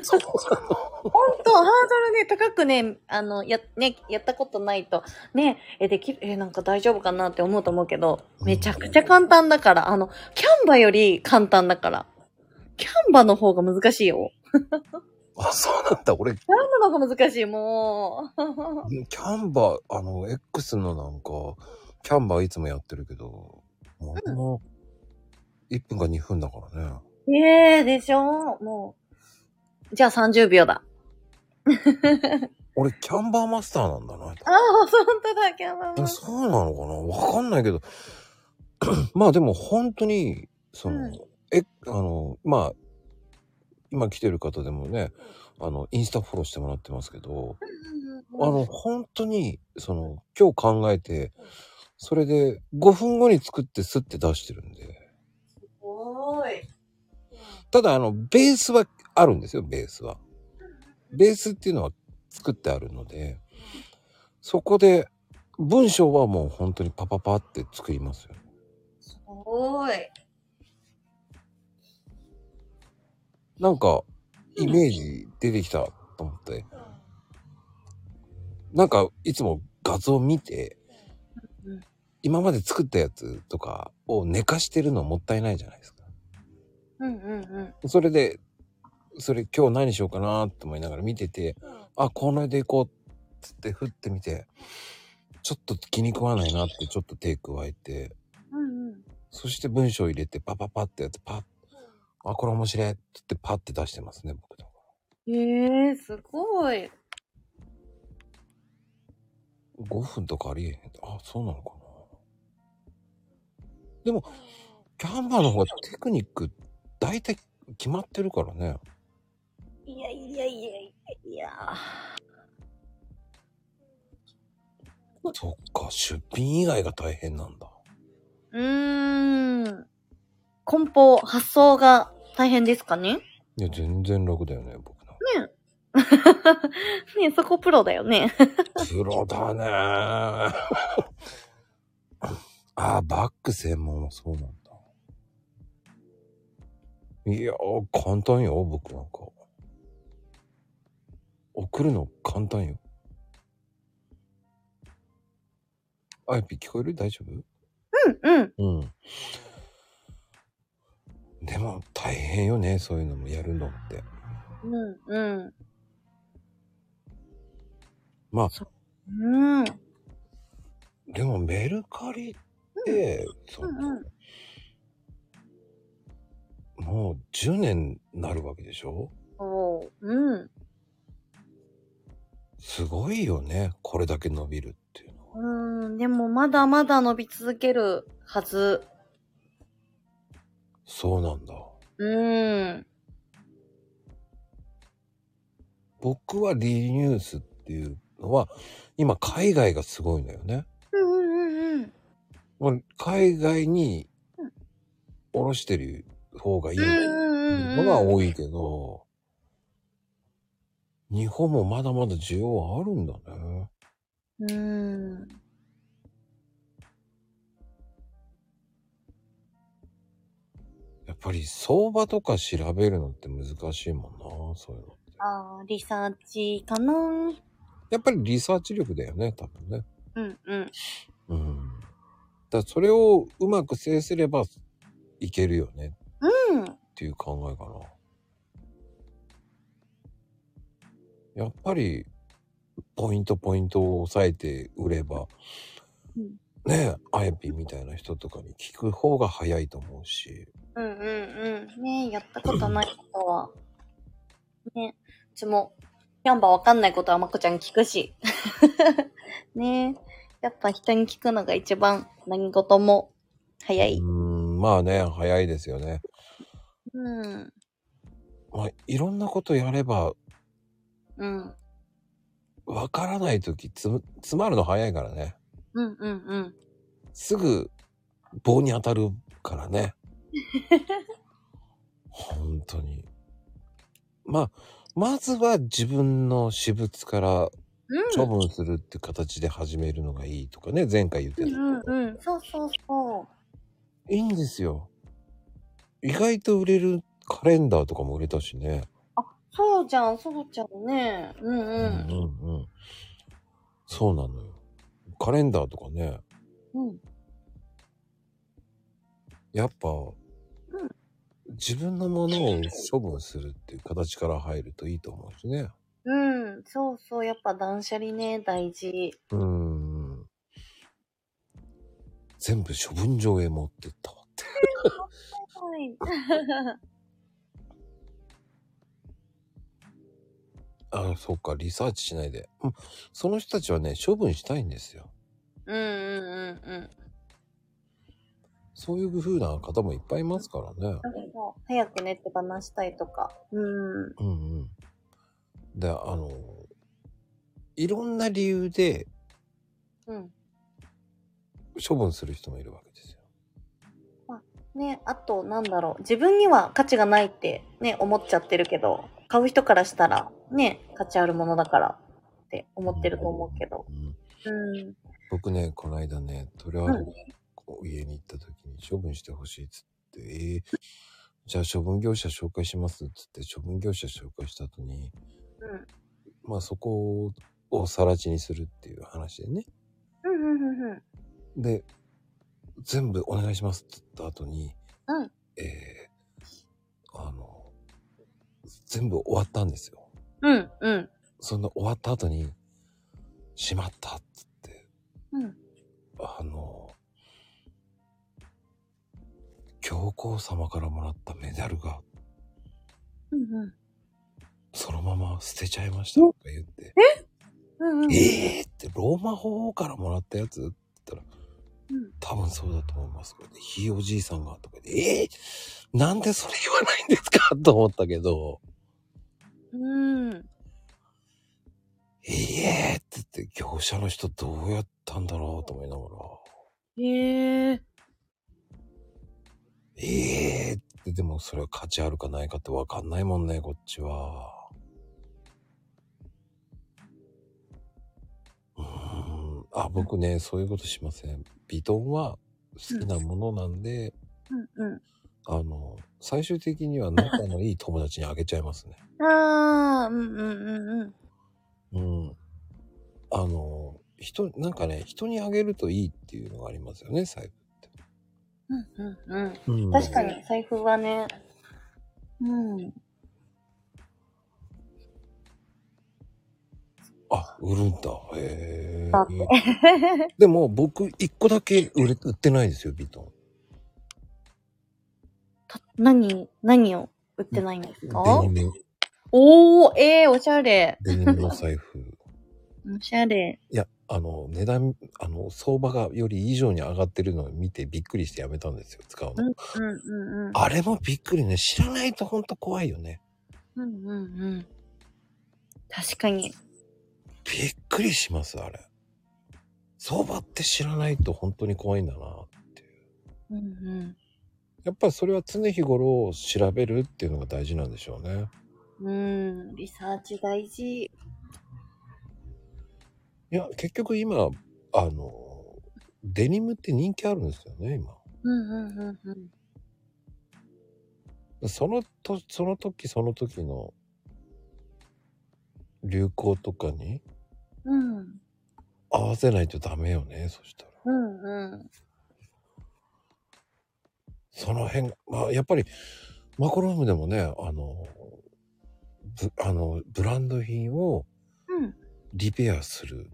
[SPEAKER 1] そう
[SPEAKER 3] ほんと、ハードルね、高くね、あの、や、ね、やったことないと、ね、え、できる、え、なんか大丈夫かなって思うと思うけど、めちゃくちゃ簡単だから、あの、キャンバより簡単だから。キャンバの方が難しいよ。
[SPEAKER 1] あ、そうなんだ。俺、
[SPEAKER 3] キャンバの方が難しい、もう。
[SPEAKER 1] キャンバー、あの、X のなんか、キャンバーいつもやってるけど、もう、の1分か2分だからね。
[SPEAKER 3] ええでしょもう。じゃあ30秒だ。
[SPEAKER 1] 俺、キャンバーマスターなんだな。
[SPEAKER 3] ああ、ほんとだ、キャンバ
[SPEAKER 1] えそうなのかなわかんないけど。 まあでも本当に、その、
[SPEAKER 3] うん
[SPEAKER 1] え、あの、まあ、今来てる方でもね、あの、インスタフォローしてもらってますけど、あの、本当に、その、今日考えて、それで5分後に作ってスッて出してるんで。
[SPEAKER 3] おーい。
[SPEAKER 1] ただあのベースはあるんですよベースはベースっていうのは作ってあるのでそこで文章はもう本当にパパパって作りますよ
[SPEAKER 3] おーい。
[SPEAKER 1] なんかイメージ出てきたと思ってなんかいつも画像見て
[SPEAKER 3] うん
[SPEAKER 1] 今まで作ったやつとかを寝かしてるのもったいないじゃないですか
[SPEAKER 3] うんうんうん。
[SPEAKER 1] それでそれ今日何しようかなと思いながら見ててあこれでいこうっつって振ってみてちょっと気に食わないなってちょっと手加えて
[SPEAKER 3] うんうん。
[SPEAKER 1] そして文章入れてパパパってやってパッあこれ面白いっつってパッて出してますね僕とか
[SPEAKER 3] ええすごい。
[SPEAKER 1] 5分とかありえへんあそうなのかなでもキャンバーの方がテクニック大体決まってるからね
[SPEAKER 3] いやいやいやいやいや。
[SPEAKER 1] そっか出品以外が大変なんだ
[SPEAKER 3] うーん。梱包、発送が大変ですかね
[SPEAKER 1] いや、全然楽だよね、僕の。
[SPEAKER 3] ねえそこプロだよね。
[SPEAKER 1] プロだねー。 あー、バッグ専門はそうなんだ。いやー、簡単よ、僕なんか。送るの簡単よ。あやぴ聞こえる大丈夫
[SPEAKER 3] うんうん。
[SPEAKER 1] うん。でも大変よね、そういうのもやるのって。
[SPEAKER 3] うん
[SPEAKER 1] まあ、
[SPEAKER 3] うん。うん。
[SPEAKER 1] でもメルカリって、そ
[SPEAKER 3] うんう
[SPEAKER 1] のもう10年なるわけでしょ
[SPEAKER 3] おう。うん。
[SPEAKER 1] すごいよね、これだけ伸びるっていうのは。
[SPEAKER 3] うん。でもまだまだ伸び続けるはず。
[SPEAKER 1] そうなんだ。
[SPEAKER 3] うん。
[SPEAKER 1] 僕はリニュースっていうのは、今海外がすごいのよね。
[SPEAKER 3] うんうんうんうん。
[SPEAKER 1] まあ海外に卸してる方がいいのかなのが多いけど、日本もまだまだ需要はあるんだね。
[SPEAKER 3] うん。
[SPEAKER 1] やっぱり相場とか調べるのって難しいもんな、そういうのって。
[SPEAKER 3] ああ、リサーチかなうん
[SPEAKER 1] やっぱりリサーチ力だよね、多分ね。
[SPEAKER 3] うん。
[SPEAKER 1] うん。だからそれをうまく制すればいけるよね
[SPEAKER 3] うん。
[SPEAKER 1] っていう考えかな。やっぱり、ポイントポイントを押さえて売れば、
[SPEAKER 3] うん
[SPEAKER 1] ねえ、あやぴみたいな人とかに聞く方が早いと思うし、
[SPEAKER 3] うんうんうん。ねえやったことないことは。ねえうちも、キャンバーわかんないことはまこちゃん聞くし。 ねえやっぱ人に聞くのが一番何事も早
[SPEAKER 1] う
[SPEAKER 3] い
[SPEAKER 1] ー。ん、まあね、早いですよね。
[SPEAKER 3] うん。
[SPEAKER 1] まあ、いろんなことやれば、
[SPEAKER 3] うん。
[SPEAKER 1] わからないとき、つむ、詰まるの早いからね。
[SPEAKER 3] うんうんうん。
[SPEAKER 1] すぐ、棒に当たるからね。本当に。まあ、まずは自分の私物から
[SPEAKER 3] う
[SPEAKER 1] 処
[SPEAKER 3] ん。
[SPEAKER 1] 分するって形で始めるのがいいとかね、前回言って
[SPEAKER 3] う
[SPEAKER 1] た。
[SPEAKER 3] んうんうん。そうそうそ
[SPEAKER 1] いいんですよ。意外と売れるカレンダーとかも売れたしね。
[SPEAKER 3] う。そうじゃん、そうじゃんね。
[SPEAKER 1] う
[SPEAKER 3] うんう。
[SPEAKER 1] んうんうん。そうなのよ。カレンダーとかね、
[SPEAKER 3] うん。
[SPEAKER 1] やっぱ、自分のものを処分するっていう形から入るといいと思うしね。
[SPEAKER 3] うん。そうそう。やっぱ断捨離ね、大事。
[SPEAKER 1] うん。全部処分場へ持ってったわって。
[SPEAKER 3] はい。
[SPEAKER 1] ああ、そっか、リサーチしないで。うんその人たちはね、処分したいんですよ。
[SPEAKER 3] うんうんうんうん。
[SPEAKER 1] そういう風な方もいっぱいいますからね。
[SPEAKER 3] そう早くねって話したいとか。うん。
[SPEAKER 1] うんうん。で、あの、いろんな理由で
[SPEAKER 3] うん。
[SPEAKER 1] 処分する人もいるわけですよ。
[SPEAKER 3] ね、あと、なんだろう。自分には価値がないってね、思っちゃってるけど、買う人からしたら、ね、価値あるものだからって思ってると思うけど。
[SPEAKER 1] うん
[SPEAKER 3] うん。
[SPEAKER 1] 僕ね、この間ね、とりあえず家に行った時に処分してほしいっつって、えーじゃあ処分業者紹介しますっつって、処分業者紹介した後に、
[SPEAKER 3] うん
[SPEAKER 1] まあそこを更地にするっていう話でね。
[SPEAKER 3] うんうんうんうん。
[SPEAKER 1] で、全部お願いしますって言った後に、
[SPEAKER 3] うん
[SPEAKER 1] えーあの、全部終わったんですよ。
[SPEAKER 3] うんうん。
[SPEAKER 1] そんな終わった後に、しまったっつって、
[SPEAKER 3] うん
[SPEAKER 1] あの、教皇様からもらったメダルが、
[SPEAKER 3] うん
[SPEAKER 1] そのまま捨てちゃいましたとか言って、
[SPEAKER 3] うん。うん
[SPEAKER 1] ええー、ってローマ法王からもらったやつって言ったら、
[SPEAKER 3] うん
[SPEAKER 1] 多分そうだと思います。これでひいおじいさんがとかで、ええー、なんでそれ言わないんですかと思ったけど、
[SPEAKER 3] うん。うん。
[SPEAKER 1] ええー、って言って業者の人どうやったんだろうと思いながら、
[SPEAKER 3] ええ
[SPEAKER 1] ええー、ってででもそれは価値あるかないかってわかんないもんね、こっちは。うーん。あ、僕ね、そういうことしません。ビトンは好きなものなんで、
[SPEAKER 3] うん
[SPEAKER 1] あの、最終的には仲のいい友達にあげちゃいますね。
[SPEAKER 3] うん。ああ、うんうんうんうん。
[SPEAKER 1] うん。あの、人、なんかね、人にあげるといいっていうのがありますよね、財布って。
[SPEAKER 3] うんうんうん。
[SPEAKER 1] うん
[SPEAKER 3] 確かに財布はね、うん。
[SPEAKER 1] あ、売るんだ。へえ。 でも僕、一個だけ売れ売ってないですよ、ビトン。
[SPEAKER 3] た何、何を売ってないんですか
[SPEAKER 1] デニム、
[SPEAKER 3] おおええー、おしゃれ。
[SPEAKER 1] デニムの財布。
[SPEAKER 3] おしゃれ。
[SPEAKER 1] いや、あの、値段、あの、相場がより以上に上がってるのを見てびっくりしてやめたんですよ、使うの。
[SPEAKER 3] うんうんうん。
[SPEAKER 1] あれもびっくりね。知らないとほんと怖いよね。
[SPEAKER 3] うんうんうん。確かに。
[SPEAKER 1] びっくりします、あれ。相場って知らないと本当に怖いんだな。
[SPEAKER 3] うんうん。
[SPEAKER 1] やっぱりそれは常日頃調べるっていうのが大事なんでしょうね。
[SPEAKER 3] うん、リサーチ大事。
[SPEAKER 1] いや、結局今、あの、デニムって人気あるんですよね、今。
[SPEAKER 3] うんうんうんうん。
[SPEAKER 1] そのと、その時その時の流行とかに
[SPEAKER 3] うん。
[SPEAKER 1] 合わせないとダメよね、そしたら。
[SPEAKER 3] うんうん。
[SPEAKER 1] その辺、まあ、やっぱり、マコロームでもね、あの、ぶあの、ブランド品を
[SPEAKER 3] うん。
[SPEAKER 1] リペアする。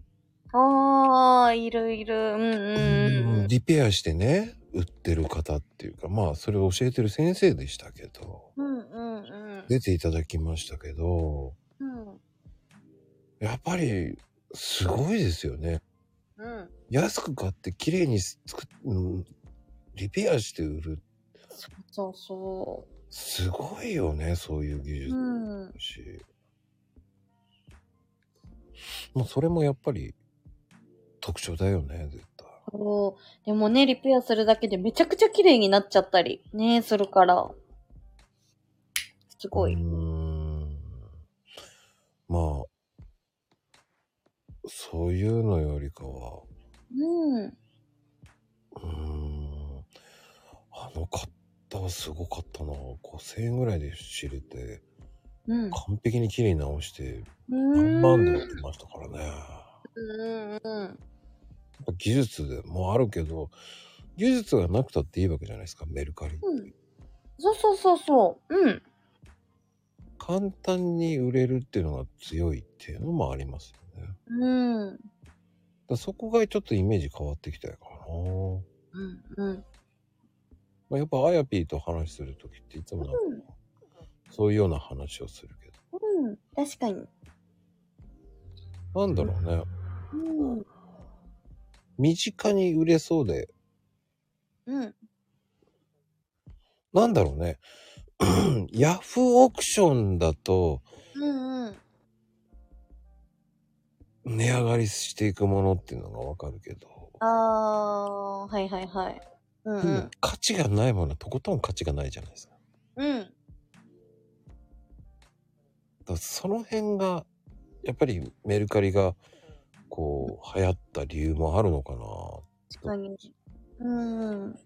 [SPEAKER 3] ああ、いるいる。うんうんうん。
[SPEAKER 1] リペアしてね、売ってる方っていうか、まあ、それを教えてる先生でしたけど、
[SPEAKER 3] うんうんうん。
[SPEAKER 1] 出ていただきましたけど、
[SPEAKER 3] うん
[SPEAKER 1] やっぱり、すごいですよね。
[SPEAKER 3] うん。
[SPEAKER 1] 安く買って、綺麗に作っ、うんリペアして売る。
[SPEAKER 3] そうそ
[SPEAKER 1] すごいよね、そういう技
[SPEAKER 3] う。
[SPEAKER 1] 術。
[SPEAKER 3] うん。
[SPEAKER 1] し、もうそれもやっぱり特徴だよね、絶対。
[SPEAKER 3] そう。でもね、リペアするだけでめちゃくちゃ綺麗になっちゃったり、ね、するから。すご
[SPEAKER 1] う
[SPEAKER 3] い。
[SPEAKER 1] ーん。まあ、そういうのよりかは、
[SPEAKER 3] うん。
[SPEAKER 1] うーん。あの方はすごかったな。5000円ぐらいで知れて、
[SPEAKER 3] うん。
[SPEAKER 1] 完璧に綺麗に直して、
[SPEAKER 3] うん
[SPEAKER 1] 何万で売ってましたからね。
[SPEAKER 3] うんうん。
[SPEAKER 1] やっぱ技術でもあるけど、技術がなくたっていいわけじゃないですか、メルカリって。
[SPEAKER 3] うんそうそうそうそう。うん。
[SPEAKER 1] 簡単に売れるっていうのが強いっていうのもありますよね。だか
[SPEAKER 3] うん。
[SPEAKER 1] らそこがちょっとイメージ変わってきたよかな。
[SPEAKER 3] うんうん。
[SPEAKER 1] まあ、やっぱあやぴーと話するときっていつもなんかそういうような話をするけ
[SPEAKER 3] うん。確かに。
[SPEAKER 1] ど、なんだろうね。
[SPEAKER 3] うん。
[SPEAKER 1] 身近に売れそうで、
[SPEAKER 3] うん。
[SPEAKER 1] なんだろうね。 ヤフーオークションだと
[SPEAKER 3] うんうん。
[SPEAKER 1] 値上がりしていくものっていうのがわかるけど、
[SPEAKER 3] あー、はいはいはい。うんう
[SPEAKER 1] でも
[SPEAKER 3] ん。
[SPEAKER 1] 価値がないものはとことん価値がないじゃないですか。
[SPEAKER 3] うん。
[SPEAKER 1] だからその辺がやっぱりメルカリがこう流行った理由もあるのかな
[SPEAKER 3] 確かに。うん。
[SPEAKER 1] だ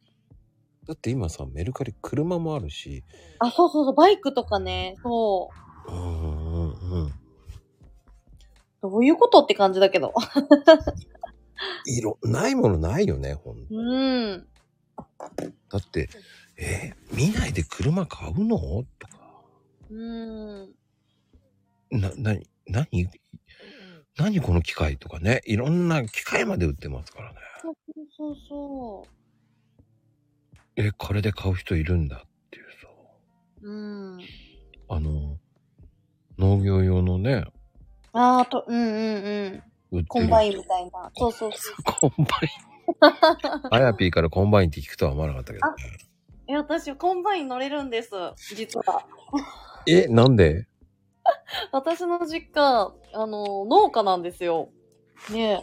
[SPEAKER 1] って今さメルカリ車もあるし
[SPEAKER 3] あ、そうそうそう。バイクとかね。そう。
[SPEAKER 1] うんうんうん
[SPEAKER 3] どういうことって感じだけど。
[SPEAKER 1] いろないものないよねほんと
[SPEAKER 3] うん。
[SPEAKER 1] だってえー見ないで車買うのとか
[SPEAKER 3] うん。
[SPEAKER 1] な何何何この機械とかねいろんな機械まで売ってますからね
[SPEAKER 3] そうそうそ
[SPEAKER 1] えこれで買う人いるんだっていうさ
[SPEAKER 3] う。うん。
[SPEAKER 1] あの農業用のね
[SPEAKER 3] あーと、うんうんうん。
[SPEAKER 1] 売ってる
[SPEAKER 3] コンバインみたいな。そうそうそう。
[SPEAKER 1] コンバイン。あやぴーからコンバインって聞くとは思わなかったけどね。
[SPEAKER 3] え、私、コンバイン乗れるんです。実は。
[SPEAKER 1] え、なんで
[SPEAKER 3] 私の実家、あの、農家なんですよ。ねえ。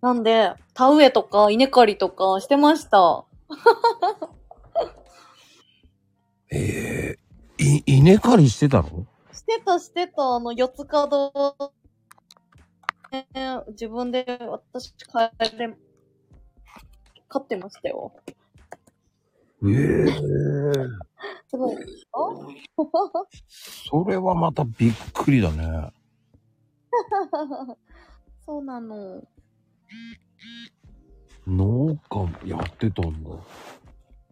[SPEAKER 3] なんで、田植えとか稲刈りとかしてました。
[SPEAKER 1] ええい、稲刈りしてたの
[SPEAKER 3] してたしてた、あの、四つ角。ね自分で私、帰れ、飼ってましたよ。
[SPEAKER 1] ええ
[SPEAKER 3] すごい。
[SPEAKER 1] それはまたびっくりだね。
[SPEAKER 3] そうなの。
[SPEAKER 1] 農家やってたんだ。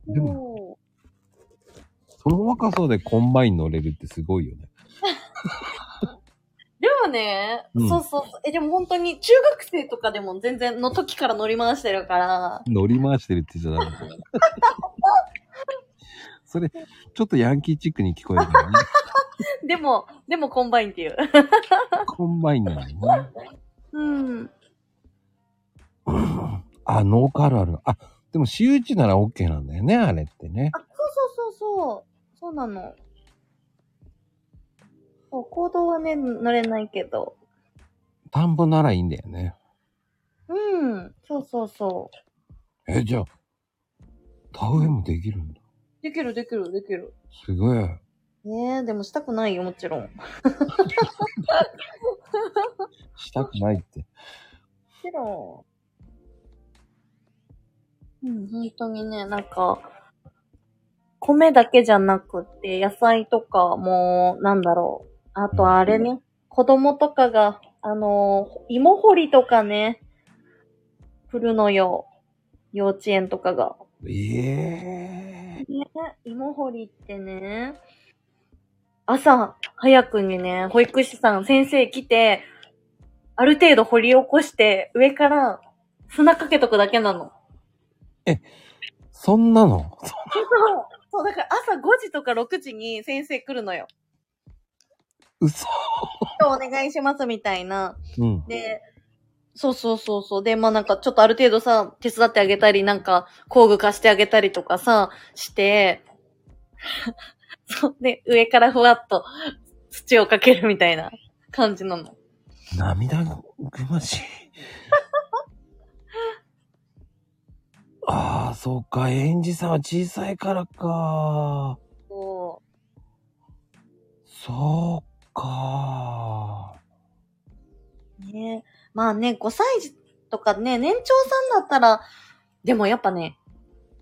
[SPEAKER 1] でも、
[SPEAKER 3] も
[SPEAKER 1] その若さでコンバイン乗れるってすごいよね。
[SPEAKER 3] うでもね、
[SPEAKER 1] うん
[SPEAKER 3] そうそうそう。え、でも本当に中学生とかでも全然の時から乗り回してるから。
[SPEAKER 1] 乗り回してるって言っちゃダメ だよ。それ、ちょっとヤンキーチックに聞こえるからね。
[SPEAKER 3] でも、でもコンバインっていう。
[SPEAKER 1] コンバインなのね。
[SPEAKER 3] うん。
[SPEAKER 1] うんあ、農家あるある。あ、でも私有地なら OK なんだよね、あれってね
[SPEAKER 3] あ、。そうそうそうそう。そうなの。そう行動はね、乗れないけど。
[SPEAKER 1] 田んぼならいいんだよね。
[SPEAKER 3] うん。そうそうそ
[SPEAKER 1] え、じゃあ、田植えもできるんだ。
[SPEAKER 3] う。できるできるできる。
[SPEAKER 1] すごい。
[SPEAKER 3] ねえ、でもしたくないよ、もちろん。も
[SPEAKER 1] したくないって。
[SPEAKER 3] ちろん。うん、本当にね、なんか、米だけじゃなくて、野菜とかも、なんだろう。あと、あれね、子供とかが、あの、芋掘りとかね、来るのよ。幼稚園とかが。
[SPEAKER 1] ええ
[SPEAKER 3] ね、芋掘りってね、朝早くにね、保育士さん、先生来て、ある程度掘り起こして、上から砂かけとくだけなの。
[SPEAKER 1] そんなの
[SPEAKER 3] そう、そう、だから朝5時とか6時に先生来るのよ。
[SPEAKER 1] 嘘
[SPEAKER 3] 今日お願いしますみたいな。
[SPEAKER 1] うん。
[SPEAKER 3] で、そうそうそうそう。で、まあなんかちょっとある程度さ、手伝ってあげたり、なんか工具貸してあげたりとかさ、して、 そう、で、上からふわっと土をかけるみたいな感じなの。
[SPEAKER 1] 涙ぐましい。 ああ、そうか。園児さんは小さいからか。
[SPEAKER 3] そ
[SPEAKER 1] そうか。
[SPEAKER 3] う。ねまあね、5歳児とかね、年長さんだったら、でもやっぱね、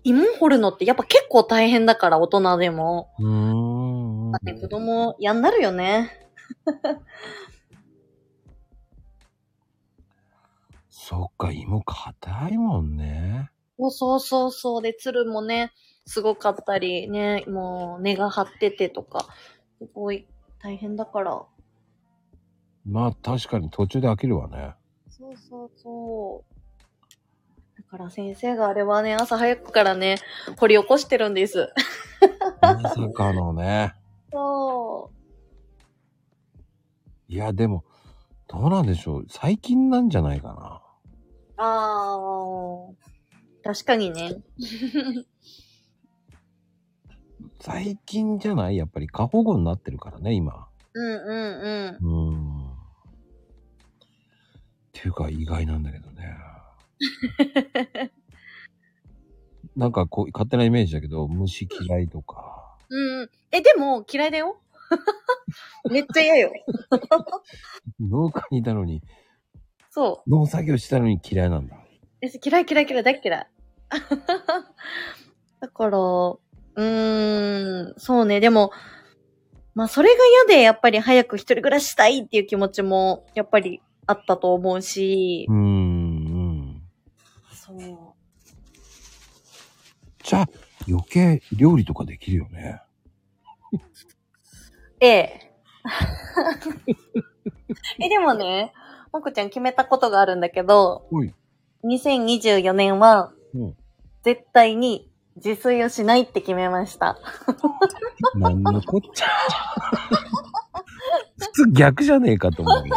[SPEAKER 3] 芋掘るのってやっぱ結構大変だから、大人でも。
[SPEAKER 1] うーん。
[SPEAKER 3] だって子供、嫌になるよね。
[SPEAKER 1] そっか、芋硬いもんね。
[SPEAKER 3] そうそうそうそう。で、鶴もね、すごかったり、ね、もう根が張っててとか、すごい大変だから。
[SPEAKER 1] まあ確かに途中で飽きるわね。
[SPEAKER 3] そうそうそう。だから先生があれはね、朝早くからね、掘り起こしてるんです。
[SPEAKER 1] まさかのね。
[SPEAKER 3] そ
[SPEAKER 1] いや、でも、どうなんでしょう。最近なんじゃないかな。
[SPEAKER 3] う。あー。確かにね。
[SPEAKER 1] 最近じゃないやっぱり過保護になってるからね、今。
[SPEAKER 3] うんうん
[SPEAKER 1] うーん。っていうか意外なんだけどね。なんかこう、勝手なイメージだけど、虫嫌いとか。
[SPEAKER 3] うん。うん。え、でも嫌いだよ。 めっちゃ嫌よ。
[SPEAKER 1] 農家にいたのに、
[SPEAKER 3] そう。
[SPEAKER 1] 農作業してたのに嫌いなんだ。
[SPEAKER 3] え、嫌い嫌い嫌い、大っ嫌い。 だから、うーん、そうね、でも、まあそれが嫌で、やっぱり早く一人暮らししたいっていう気持ちも、やっぱりあったと思うし
[SPEAKER 1] うー、ん。
[SPEAKER 3] そう。
[SPEAKER 1] じゃあ、余計料理とかできるよね。
[SPEAKER 3] え え。え、でもね、もこちゃん決めたことがあるんだけど、
[SPEAKER 1] おい。
[SPEAKER 3] 2024年は
[SPEAKER 1] うん、
[SPEAKER 3] 絶対に自炊をしないって決めました。
[SPEAKER 1] なんのこっちゃ。 普通逆じゃねえかと思うよ。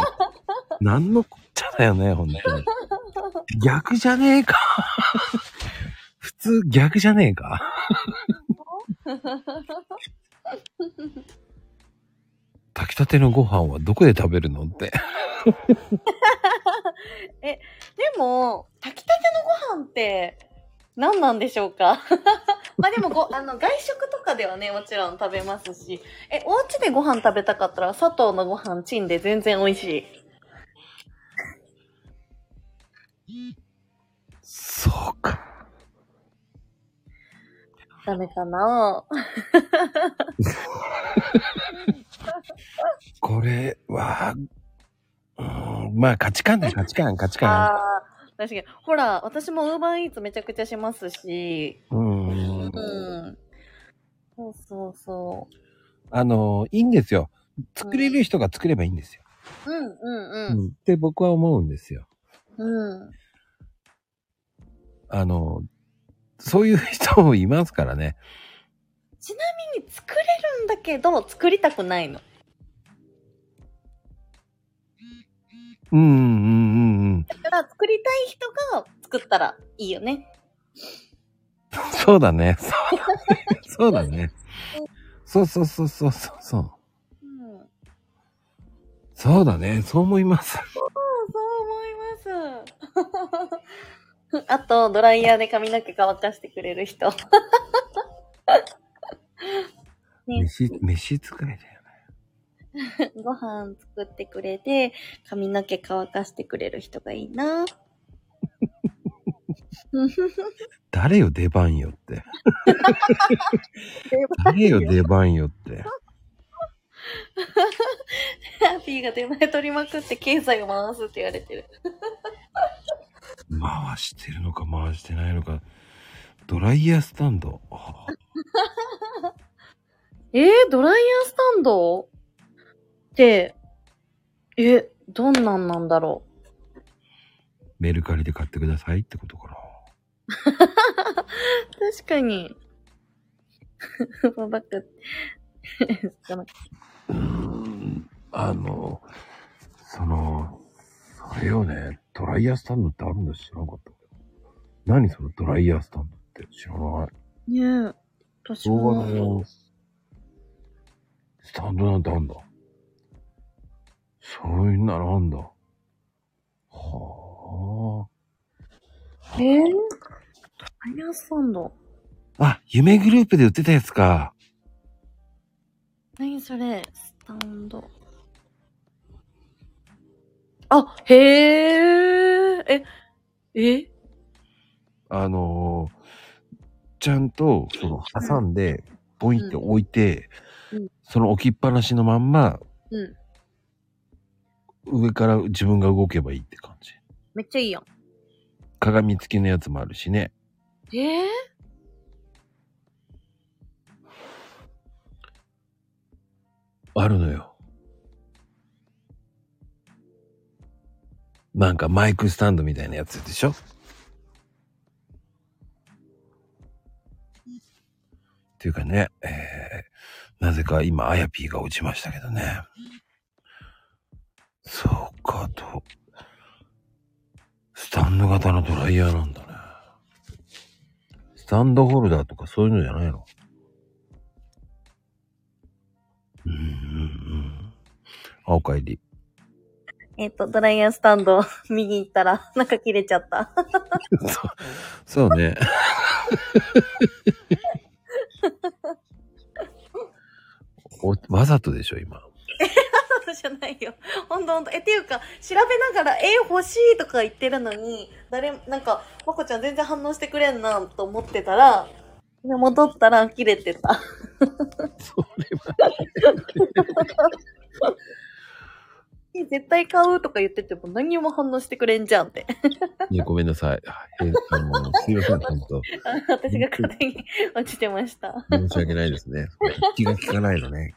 [SPEAKER 1] なんのこっちゃだよね、ほんとに。逆じゃねえか。 普通逆じゃねえか。炊きたてのご飯はどこで食べるのって。
[SPEAKER 3] でも、炊きたてのご飯って何なんでしょうか まあでも ご、あの、外食とかではね、もちろん食べますし、え、お家でご飯食べたかったら、佐藤のご飯チンで全然美味しい。
[SPEAKER 1] そうか。
[SPEAKER 3] ダメかな
[SPEAKER 1] これは、うーんまあ価値観だ、価値観、価値観。
[SPEAKER 3] あー確かに。ほら、私もウーバーイーツめちゃくちゃしますし、
[SPEAKER 1] うん
[SPEAKER 3] う。ん。そうそうそ
[SPEAKER 1] あの、いいんですよ。作れる人が作ればいいんですよ。
[SPEAKER 3] う。うんうん
[SPEAKER 1] うん。って僕は思うんですよ。
[SPEAKER 3] うん。うん。
[SPEAKER 1] あの、そういう人もいますからね。
[SPEAKER 3] に作れるんだけど、作りたくないの。
[SPEAKER 1] うんうんうんうん。
[SPEAKER 3] だから、作りたい人が作ったらいいよね。
[SPEAKER 1] そうだね。そうだね。そうそうそうそうそうそう。
[SPEAKER 3] うん。
[SPEAKER 1] そうだね。そう思います。
[SPEAKER 3] そう思います。 あと、ドライヤーで髪の毛乾かしてくれる人。 ね、
[SPEAKER 1] 飯、飯作れだよね。
[SPEAKER 3] ご飯作ってくれて、髪の毛乾かしてくれる人がいいな。
[SPEAKER 1] 誰よ、出番よって。誰よ、出番よって。
[SPEAKER 3] ハッピーが出前取りまくって経済を回すって言われてる。
[SPEAKER 1] 回してるのか回してないのか。ドライヤースタンド。あ
[SPEAKER 3] えー、ドライヤースタンドって、え、どんなんなんだろう。
[SPEAKER 1] メルカリで買ってくださいってことかな。
[SPEAKER 3] 確かに。 ババク。
[SPEAKER 1] うーんあの、その、それよね、ドライヤースタンドってあるんだ知らなかった。何そのドライヤースタンドって知らない。
[SPEAKER 3] ねえ。私
[SPEAKER 1] 動
[SPEAKER 3] も
[SPEAKER 1] 画のスタンドなんてあんだ。そういうならあんだ。は
[SPEAKER 3] えー、ドライヤースタンド。
[SPEAKER 1] あ。あ、夢グループで売ってたやつか。
[SPEAKER 3] 何それスタンド。あ、へえ。え、え
[SPEAKER 1] あのーちゃんと、その、挟んで、ボインって置いて、
[SPEAKER 3] うん
[SPEAKER 1] その置きっぱなしのまんま、
[SPEAKER 3] うん。
[SPEAKER 1] 上から自分が動けばいいって感じ。
[SPEAKER 3] めっちゃいいやん。
[SPEAKER 1] 鏡付きのやつもあるしね。
[SPEAKER 3] えー、
[SPEAKER 1] あるのよ。なんかマイクスタンドみたいなやつでしょっていうかね、えー、なぜか今、あやぴーが落ちましたけどね。そうかと。スタンド型のドライヤーなんだね。スタンドホルダーとかそういうのじゃないのうんうんうん。あ、おかえり。
[SPEAKER 3] えっ、と、ドライヤースタンド、右行ったら、なんか切れちゃった。
[SPEAKER 1] そうそうね。おわざとでしょ、今。
[SPEAKER 3] そうじゃないよ。ほんとほんと。え、っていうか、調べながら、え、欲しいとか言ってるのに、誰も、なんか、まこちゃん全然反応してくれんな、と思ってたら、で戻ったら切れてた。
[SPEAKER 1] それは。
[SPEAKER 3] え絶対買うとか言ってても何にも反応してくれんじゃんって。
[SPEAKER 1] いやごめんなさい。はいえーあのすいません、本当。
[SPEAKER 3] あ私が勝手に落ちてました。
[SPEAKER 1] 申し訳ないですね。気が利かないのね。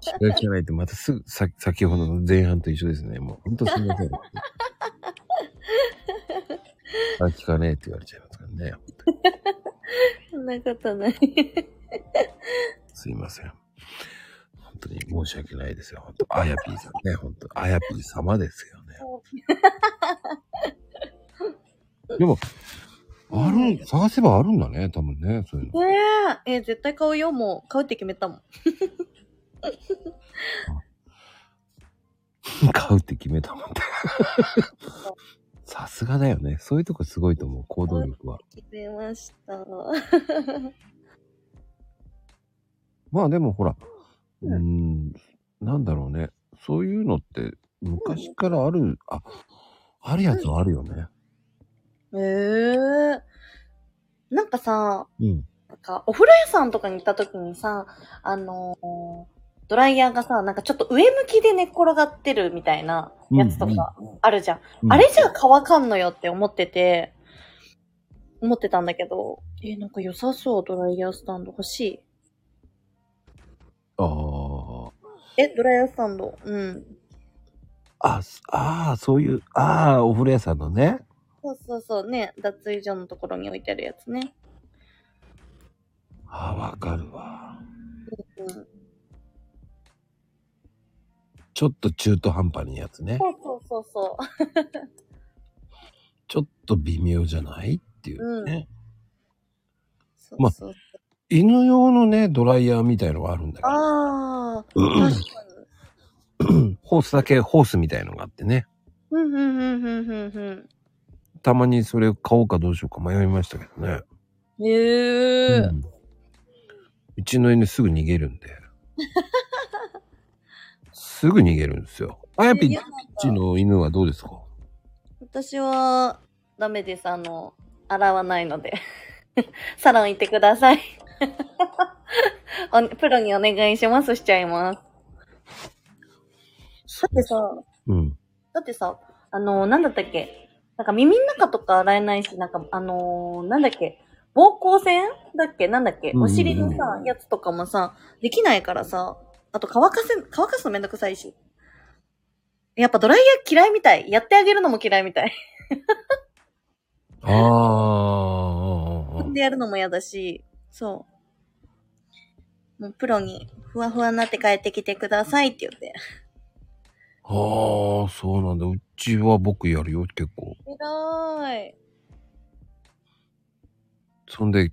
[SPEAKER 1] 気が利かないって、またすぐ、さ先ほどの前半と一緒ですね。もう、本当すみません。 あ、聞かねえって言われちゃいますからね。
[SPEAKER 3] そんなことない。
[SPEAKER 1] すいません。本当に申し訳ないですよ。本当あやぴーさんね、本当あやぴー様ですよね。でも、ある、探せばあるんだね、多分ね、そういうの。
[SPEAKER 3] ねえ、え、絶対買うよ、もう。買うって決めたもん。
[SPEAKER 1] 買うって決めたもんね。さすがだよね。そういうとこすごいと思う、行動力は。
[SPEAKER 3] 気づいました。
[SPEAKER 1] まあでもほら、うーん、なんだろうね。そういうのって、昔からある、あ、あるやつはあるよね。
[SPEAKER 3] ええなんかさ、
[SPEAKER 1] うん。
[SPEAKER 3] なんかお風呂屋さんとかに行った時にさ、あのードライヤーがさ、なんかちょっと上向きで寝転がってるみたいなやつとかあるじゃん。
[SPEAKER 1] うん
[SPEAKER 3] あれじゃ乾かんのよって思ってて、思ってたんだけど、えーなんか良さそう、ドライヤースタンド欲しい。
[SPEAKER 1] あー
[SPEAKER 3] え、ドライヤースタンド。うん。
[SPEAKER 1] あ、すあー、そういう、ああ、お風呂屋さんのね。
[SPEAKER 3] そうそうそうね。脱衣所のところに置いてあるやつね。
[SPEAKER 1] ああ、わかるわ。
[SPEAKER 3] うん。
[SPEAKER 1] ちょっと中途半端にやつね。
[SPEAKER 3] そうそうそうそう。
[SPEAKER 1] ちょっと微妙じゃないっていうね。
[SPEAKER 3] そ
[SPEAKER 1] ま
[SPEAKER 3] うそう。
[SPEAKER 1] 犬用のね、ドライヤーみたいのがあるんだけど
[SPEAKER 3] ああ、
[SPEAKER 1] うん
[SPEAKER 3] 確かに。
[SPEAKER 1] うん、ホースだけホースみたいのがあってね。
[SPEAKER 3] うんうんうんうんうん
[SPEAKER 1] たまにそれを買おうかどうしようか迷いましたけどね。
[SPEAKER 3] うん。ええ
[SPEAKER 1] うんうちの犬すぐ逃げるん で。すぐ逃げるんですよ。あやぴっちの犬はどうですか
[SPEAKER 3] 私は、ダメです。あの、洗わないので。 サロン行ってください。 おプロにお願いしますしちゃいます。だってさ、
[SPEAKER 1] うん。
[SPEAKER 3] だってさ、あの、なんだったっけなんか耳の中とか洗えないし、なんか、あのーなんだっけ膀胱線だっけなんだっけ
[SPEAKER 1] うんうんうん
[SPEAKER 3] お尻のさ、やつとかもさ、できないからさ、あと乾かせ、乾かすのめんどくさいし。やっぱドライヤー嫌いみたい。やってあげるのも嫌いみたい。
[SPEAKER 1] あーあー。あー
[SPEAKER 3] でやるのも嫌だし、そう。もうプロに、ふわふわになって帰ってきてくださいって言って。
[SPEAKER 1] あー、そうなんだ。うちは僕やるよ、結構。
[SPEAKER 3] 偉い。
[SPEAKER 1] そんで、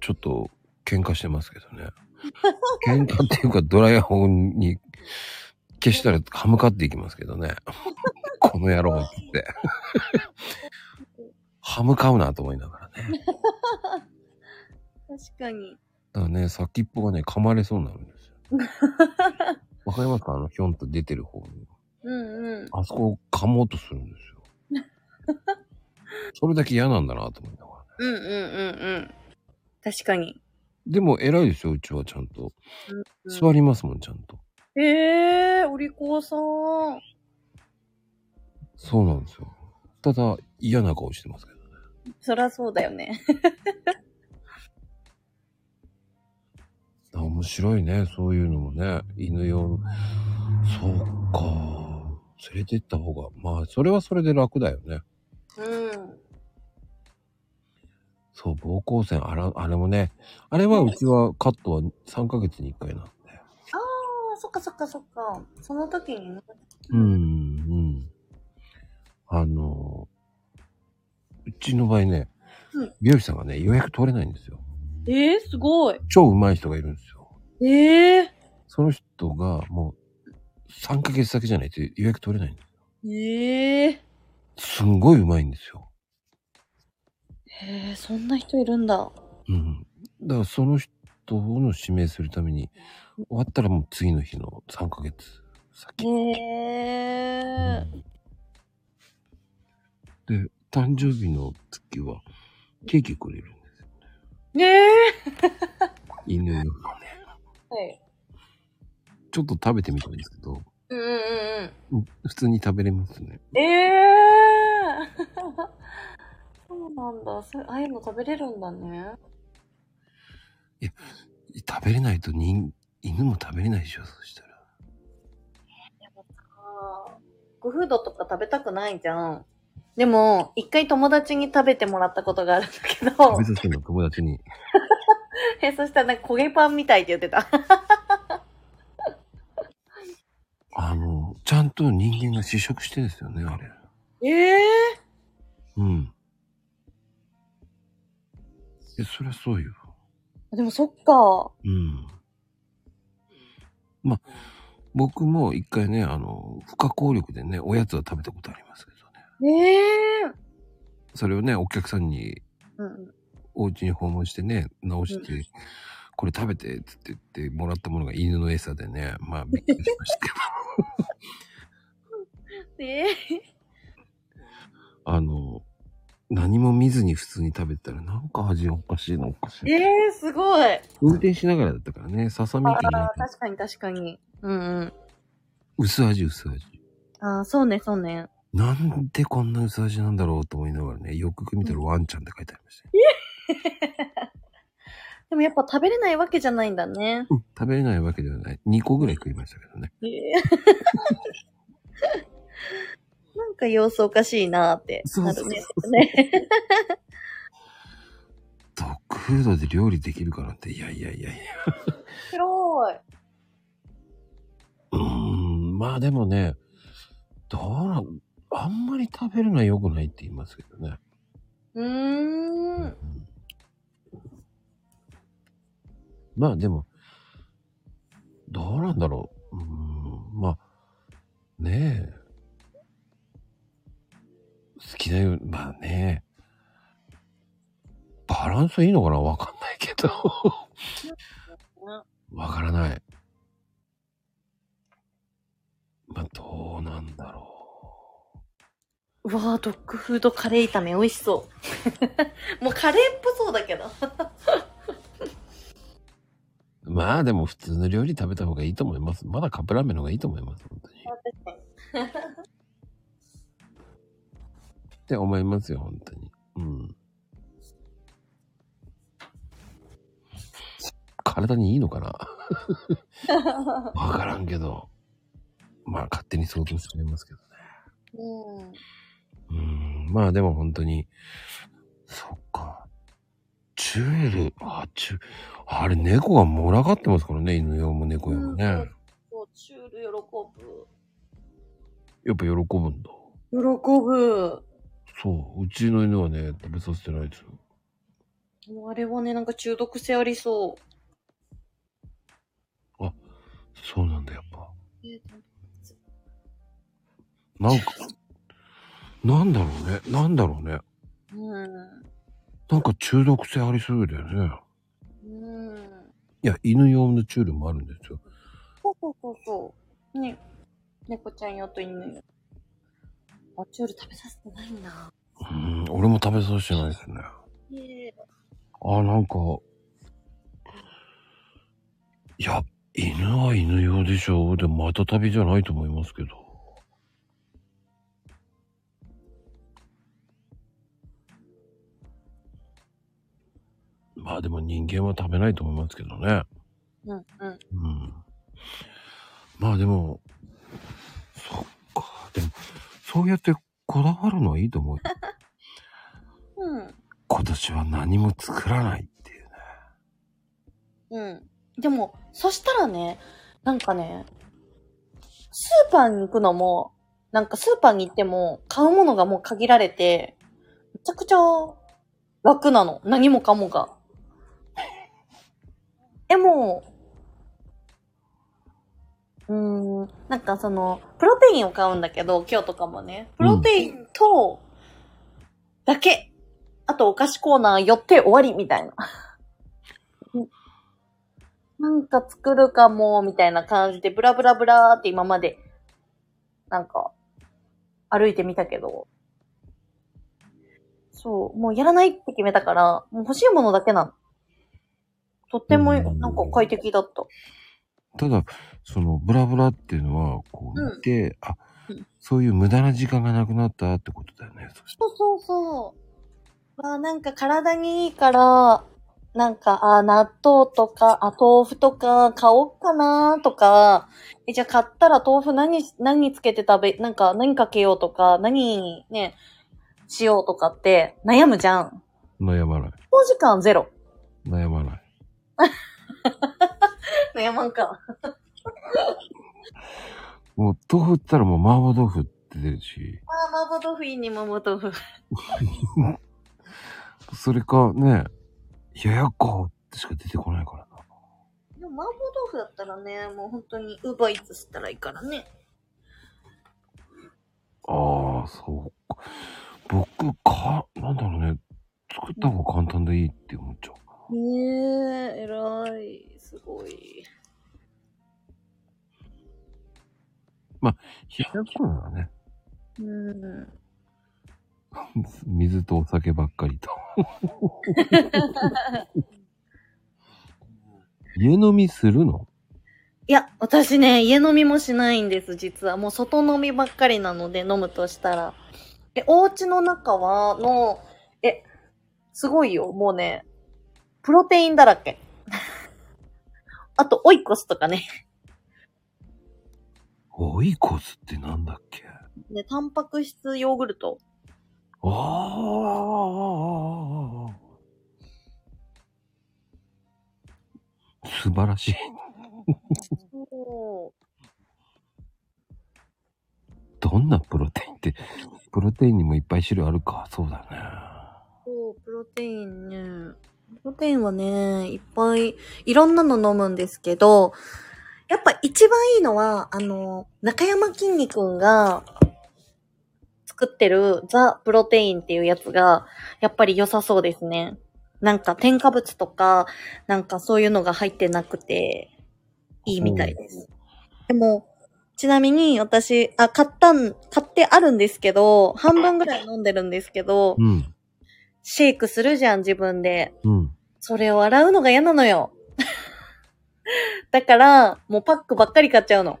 [SPEAKER 1] ちょっと喧嘩してますけどね。喧嘩っていうかドライヤーをに消したら歯向かっていきますけどね。この野郎って言って。 歯向かうなと思いながらね。
[SPEAKER 3] 確かに。
[SPEAKER 1] だからね、先っぽがね、噛まれそうになるんですよ。わかりますかあの、ひょんと出てる方に。
[SPEAKER 3] うんうん。
[SPEAKER 1] あそこを噛もうとするんですよ。それだけ嫌なんだなと思いながらね。
[SPEAKER 3] うんうんうんうん。確かに。
[SPEAKER 1] でも偉いですよ、うちはちゃんと。
[SPEAKER 3] うん
[SPEAKER 1] 座りますもん、ちゃんと。
[SPEAKER 3] ええー、お利口さん。
[SPEAKER 1] そうなんですよ。ただ、嫌な顔してますけど。
[SPEAKER 3] そらそうだよね。
[SPEAKER 1] あ面白いね、そういうのもね。犬用の。そうか。連れてった方が、まあ、それはそれで楽だよね。
[SPEAKER 4] うん。
[SPEAKER 1] そう、膀胱腺、あら、あれもね、あれはうちはカットは3ヶ月に1回なんで。
[SPEAKER 4] あ、そっかそっかそっか。その時にね。
[SPEAKER 1] うん、うん。あの、うちの場合ね
[SPEAKER 4] うん、
[SPEAKER 1] 美容師さんがね、予約取れないんですよ。
[SPEAKER 3] ええー、すごい。
[SPEAKER 1] 超うまい人がいるんですよ。
[SPEAKER 3] ええ
[SPEAKER 1] その人がもう3ヶ月先じゃないと予約取れないんで
[SPEAKER 3] ー、ええ
[SPEAKER 1] す。すんごいうまいんですよ。
[SPEAKER 3] えー、そんな人いるんだ。
[SPEAKER 1] うん。だからその人の指名するために、終わったらもう次の日の3ヶ月
[SPEAKER 3] え
[SPEAKER 1] 先。
[SPEAKER 3] えー、
[SPEAKER 1] で、誕生日の月はケーキくれるんですよ。
[SPEAKER 3] ええ
[SPEAKER 1] 犬用のね。
[SPEAKER 3] ー、はい。
[SPEAKER 1] ちょっと食べてみたんですけど、
[SPEAKER 4] うんうんうんうん。
[SPEAKER 1] うん普通に食べれますね。
[SPEAKER 4] ええー、 そうなんだ。そうああいうの食べれるんだね。
[SPEAKER 1] 食べれないと人、犬も食べれないでしょ、そしたら。
[SPEAKER 3] あーゴフードとか食べたくないじゃん。でも、一回友達に食べてもらったことがあるんだけど
[SPEAKER 1] 食べ、させるの友達に。
[SPEAKER 3] えそしたらなんか焦げパンみたいって言ってた。
[SPEAKER 1] あの、ちゃんと人間が試食してですよね、あれ。
[SPEAKER 3] え え
[SPEAKER 1] うん。え、そりゃそうよ。
[SPEAKER 3] ー、でもそっか。
[SPEAKER 1] うん。まあ、僕も一回ね、あの、不可抗力でね、おやつは食べたことありますけどね。
[SPEAKER 3] えええ
[SPEAKER 1] それをね、お客さんに
[SPEAKER 3] うんうん。
[SPEAKER 1] お家に訪問してね、直して、これ食べてって言ってもらったものが犬の餌でね、まあびっくりしましたけど、
[SPEAKER 3] ええ
[SPEAKER 1] あの、何も見ずに普通に食べてたらなんか味おかしいのおかしい。
[SPEAKER 3] ええすごい。
[SPEAKER 1] 運転しながらだったからね、ささみ
[SPEAKER 3] あ
[SPEAKER 1] き
[SPEAKER 3] あ
[SPEAKER 1] な
[SPEAKER 3] ー、確かに確かに。うんうん。
[SPEAKER 1] 薄味薄味。
[SPEAKER 3] ああ、そうね、そうね。
[SPEAKER 1] なんでこんな薄味なんだろうと思いながらね、よくよく見たらワンちゃんって書いてありましたよ。
[SPEAKER 3] でもやっぱ食べれないわけじゃないんだね。
[SPEAKER 1] うん食べれないわけではない。2個ぐらい食いましたけどね。
[SPEAKER 3] ええ なんか様子おかしいなーって
[SPEAKER 1] そう
[SPEAKER 3] な
[SPEAKER 1] そう
[SPEAKER 3] るね。
[SPEAKER 1] そう
[SPEAKER 3] ね
[SPEAKER 1] ドッグフードで料理できるかなんて、いやいやいやいや。
[SPEAKER 3] 黒い。
[SPEAKER 1] うーん、まあでもね、どうなん、あんまり食べるのは良くないって言いますけどね。
[SPEAKER 3] うーん。
[SPEAKER 1] まあでも、どうなんだろう。うーん、まあ、ねえ。好きだよ、まあねバランスいいのかなわかんないけど。わからない。まあ、どうなんだろ
[SPEAKER 3] うわードッグフードカレー炒め美味し そう。もうカレーっぽそうだけど。
[SPEAKER 1] う。まあ、でも普通の料理食べた方がいいと思います。まだカップラーメンの方がいいと思います。本当に。って思いますよ、本当に。うん。体にいいのかな わからんけど。まあ、勝手に想像してみますけどね。
[SPEAKER 3] う
[SPEAKER 1] う
[SPEAKER 3] ん。
[SPEAKER 1] ん。まあ、でも本当に、そっか。チュエル、あ、チュ、あれ、猫が群がってますからね、犬用も猫用もね。
[SPEAKER 3] そう、チュール喜ぶ。
[SPEAKER 1] やっぱ喜ぶんだ。
[SPEAKER 3] 喜ぶ。
[SPEAKER 1] そう、うちの犬はね、食べさせてないですよ。
[SPEAKER 3] もうあれはね、なんか中毒性ありそ
[SPEAKER 1] そうなんだ、やっぱ。
[SPEAKER 3] う。
[SPEAKER 1] なんか、なんだろうね。なんだろうね。
[SPEAKER 3] うん。
[SPEAKER 1] なんか中毒性ありそうだよね。
[SPEAKER 3] うん。
[SPEAKER 1] いや、犬用のチュールもあるんですよ。
[SPEAKER 3] そうそうそうそう。ね。猫ちゃん用と犬用。あ、チュール食べさせてないんだ。
[SPEAKER 1] うん、俺も食べさせてないですね。
[SPEAKER 3] ええ。
[SPEAKER 1] あ、なんか、いや、犬は犬用でしょ。でも、また旅じゃないと思いますけど。まあでも人間は食べないと思いますけどね。
[SPEAKER 3] うんうん。
[SPEAKER 1] うんまあでも、そっか。でも、そうやってこだわるのはいいと思うよ。
[SPEAKER 3] うん。
[SPEAKER 1] 今年は何も作らないっていうね。
[SPEAKER 3] うん。でも、そしたらね、なんかね、スーパーに行くのも、なんかスーパーに行っても、買うものがもう限られて、めちゃくちゃ楽なの。何もかもが。でも、うーん、なんかその、プロテインを買うんだけど、今日とかもね、プロテインと、だけ、あとお菓子コーナー寄って終わりみたいな。なんか作るかも、みたいな感じで、ブラブラブラーって今まで、なんか、歩いてみたけど。そう、もうやらないって決めたから、もう欲しいものだけなの。とっても、
[SPEAKER 1] うん
[SPEAKER 3] なんか快適だった。
[SPEAKER 1] ただ、その、ブラブラっていうのは、こ
[SPEAKER 3] う
[SPEAKER 1] うん見て、あ
[SPEAKER 3] うん、
[SPEAKER 1] そういう無駄な時間がなくなったってことだよね。そして
[SPEAKER 3] そうそうそう。まあなんか体にいいから、なんか、あ納豆とか、あ、豆腐とか買おっかなとか、え、じゃあ買ったら豆腐何し、何つけて食べ、なんか何かけようとか、何ね、しようとかって悩むじゃん。
[SPEAKER 1] 悩まない。
[SPEAKER 3] お時間ゼロ。
[SPEAKER 1] 悩まない。
[SPEAKER 3] 悩まんか。
[SPEAKER 1] もう、豆腐って言ったらもう麻婆豆腐って出るし、
[SPEAKER 3] あー、麻婆豆腐いいね、麻婆豆腐。
[SPEAKER 1] それかね、ややこってしか出てこないからな。
[SPEAKER 3] でも麻婆豆腐だったらね、もう本当にウーバーイーツしたらいいからね。
[SPEAKER 1] ああ、そうか。僕か、なんだろうね、作った方が簡単でいいって思っちゃう。
[SPEAKER 3] ねえ、偉い。すごい。
[SPEAKER 1] 開くのはね、
[SPEAKER 3] うん。
[SPEAKER 1] 水とお酒ばっかりと。家飲みするの
[SPEAKER 3] いや、私ね、家飲みもしないんです、実は。もう外飲みばっかりなので、飲むとしたら。え、お家の中は、の、え、すごいよ、もうね、プロテインだらけ。あと、オイコスとかね。
[SPEAKER 1] オイコスってなんだっけあ
[SPEAKER 3] ね、タンパク質ヨーグルト。
[SPEAKER 1] あー素晴らしい。
[SPEAKER 3] お
[SPEAKER 1] どんなプロテインって、プロテインにもいっぱい種類あるか。そうだね。
[SPEAKER 3] おプロテインね。プロテインはね、いっぱい、いろんなの飲むんですけど、
[SPEAKER 4] やっぱ一番いいのは、あの、中山きんに君が、
[SPEAKER 3] 作ってるザ・プロテインっていうやつが、やっぱり良さそうですね。なんか添加物とか、なんかそういうのが入ってなくて、いいみたいです。でも、ちなみに私、あ、買ったん、買ってあるんですけど、半分ぐらい飲んでるんですけど、
[SPEAKER 1] うん。
[SPEAKER 3] シェイクするじゃん、自分で。
[SPEAKER 1] うん。
[SPEAKER 3] それを洗うのが嫌なのよ。だから、もうパックばっかり買っちゃうの。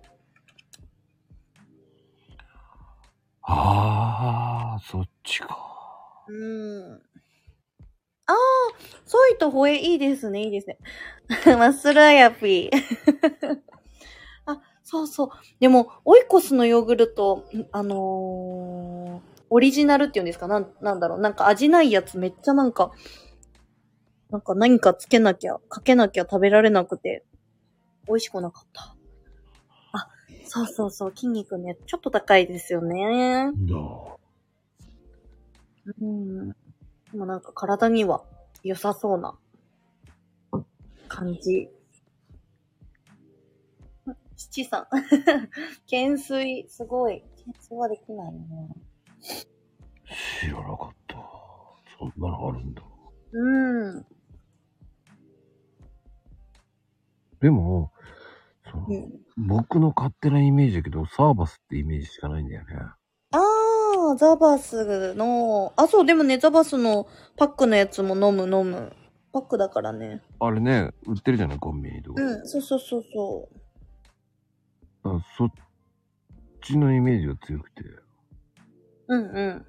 [SPEAKER 1] ああ、そっちか。
[SPEAKER 3] うん。ああ、ソイとホエいいですね、いいですね。 マッスルアヤピー。 あ、そうそう。でも、オイコスのヨーグルト、んあのーオリジナルっていうんですかなん、なんだろう。なんか味ないやつめっちゃなんか、なんか何かつけなきゃ、かけなきゃ食べられなくて、美味しくなかった。あ、そうそうそう、筋肉ね、ちょっと高いですよね。
[SPEAKER 1] だ。
[SPEAKER 3] うん。でもなんか体には良さそうな感じ。七さん。 懸垂、すごい。懸垂はできないね。
[SPEAKER 1] 知らなかった。そんなのあるんだ。
[SPEAKER 3] うん。
[SPEAKER 1] でも、その
[SPEAKER 3] うん
[SPEAKER 1] 僕の勝手なイメージだけど、サーバスってイメージしかないんだよね。
[SPEAKER 3] あー、ザバスの、あ、そう、でもね、ザバスのパックのやつも飲む飲む。パックだからね。
[SPEAKER 1] あれね、売ってるじゃない、コンビニとか。だか
[SPEAKER 3] うん、そうそうそうそう。
[SPEAKER 1] らそっちのイメージが強くて。
[SPEAKER 3] うんうん。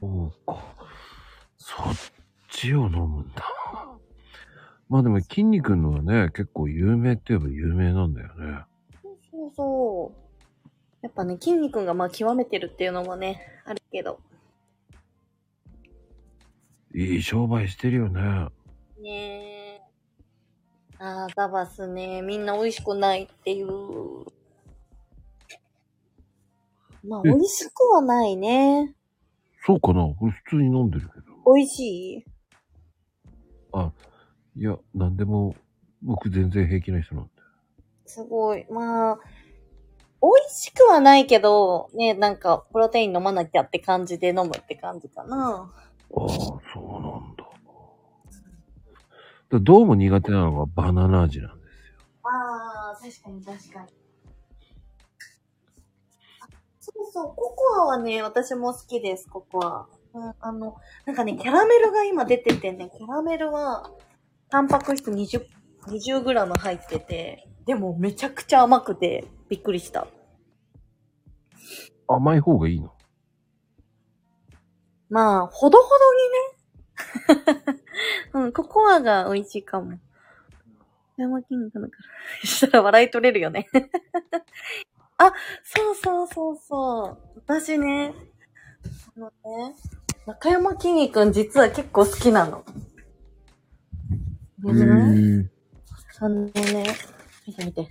[SPEAKER 1] そうか。そっちを飲むんだ。まあでも、筋肉のはね、結構有名って言えば有名なんだよね。
[SPEAKER 3] そうそう。やっぱね、筋肉がまあ極めてるっていうのもね、あるけど。
[SPEAKER 1] いい商売してるよね。
[SPEAKER 3] ねえ。ああ、ザバスね。みんな美味しくないっていう。まあ、
[SPEAKER 1] え
[SPEAKER 3] 美味しくはないね。
[SPEAKER 1] そうかな俺普通に飲んでるけど。
[SPEAKER 3] 美味しい
[SPEAKER 1] いや、なんでも、僕全然平気な人なんで。
[SPEAKER 3] すごい。まあ、美味しくはないけど、ね、なんか、プロテイン飲まなきゃって感じで飲むって感じかな。
[SPEAKER 1] ああ、そうなんだ。だどうも苦手なのがバナナ味なんですよ。
[SPEAKER 3] ああ、確かに確かに。そうそう、ココアはね、私も好きです、ココア。うん、あの、なんかね、キャラメルが今出ててね、キャラメルは、タンパク質20、20グラム入ってて、でもめちゃくちゃ甘くて、びっくりした。
[SPEAKER 1] 甘い方がいいの。
[SPEAKER 3] まあ、ほどほどにね。 うん、ココアが美味しいかも。山キングだから。したら笑い取れる よね。あ、そうそうそうそう。私ね、あのね、中山きんに君実は結構好きなの。ね、
[SPEAKER 1] ん。
[SPEAKER 3] あのね、見て見て。